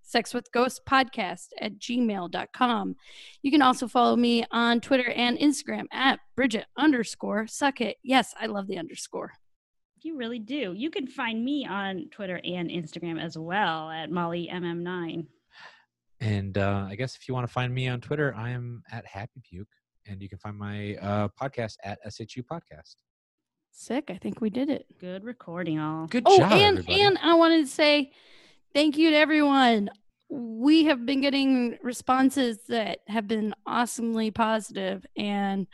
[SPEAKER 2] sex with ghosts podcast at gmail.com. You can also follow me on Twitter and Instagram at Bridget underscore suck it. Yes, I love the underscore.
[SPEAKER 1] You really do. You can find me on Twitter and Instagram as well at MollyMM9.
[SPEAKER 3] And uh, I guess if you want to find me on Twitter, I am at Happy Puke, and you can find my uh, podcast at SHU Podcast.
[SPEAKER 2] Sick. I think we did it.
[SPEAKER 1] Good recording, all.
[SPEAKER 3] Good
[SPEAKER 2] Oh,
[SPEAKER 3] job,
[SPEAKER 2] and
[SPEAKER 3] everybody.
[SPEAKER 2] and I wanted to say thank you to everyone. We have been getting responses that have been awesomely positive, and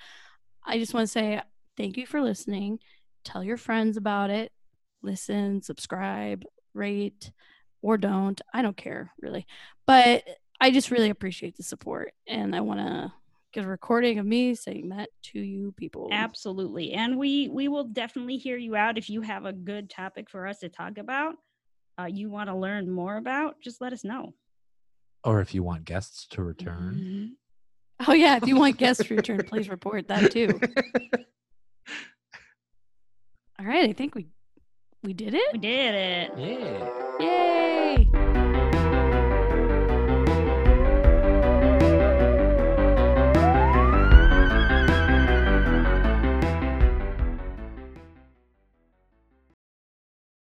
[SPEAKER 2] I just want to say thank you for listening. Tell your friends about it. Listen, subscribe, rate, or don't. I don't care really, but I just really appreciate the support, and I want to get a recording of me saying that to you people.
[SPEAKER 1] Absolutely. And we we will definitely hear you out if you have a good topic for us to talk about. Uh, you want to learn more about, just let us know.
[SPEAKER 3] Or if you want guests to return.
[SPEAKER 2] Oh yeah, if you want guests to return, please report that too. All right, I think we we did
[SPEAKER 1] We
[SPEAKER 2] it.
[SPEAKER 1] did it.
[SPEAKER 3] yeah.
[SPEAKER 2] Yay!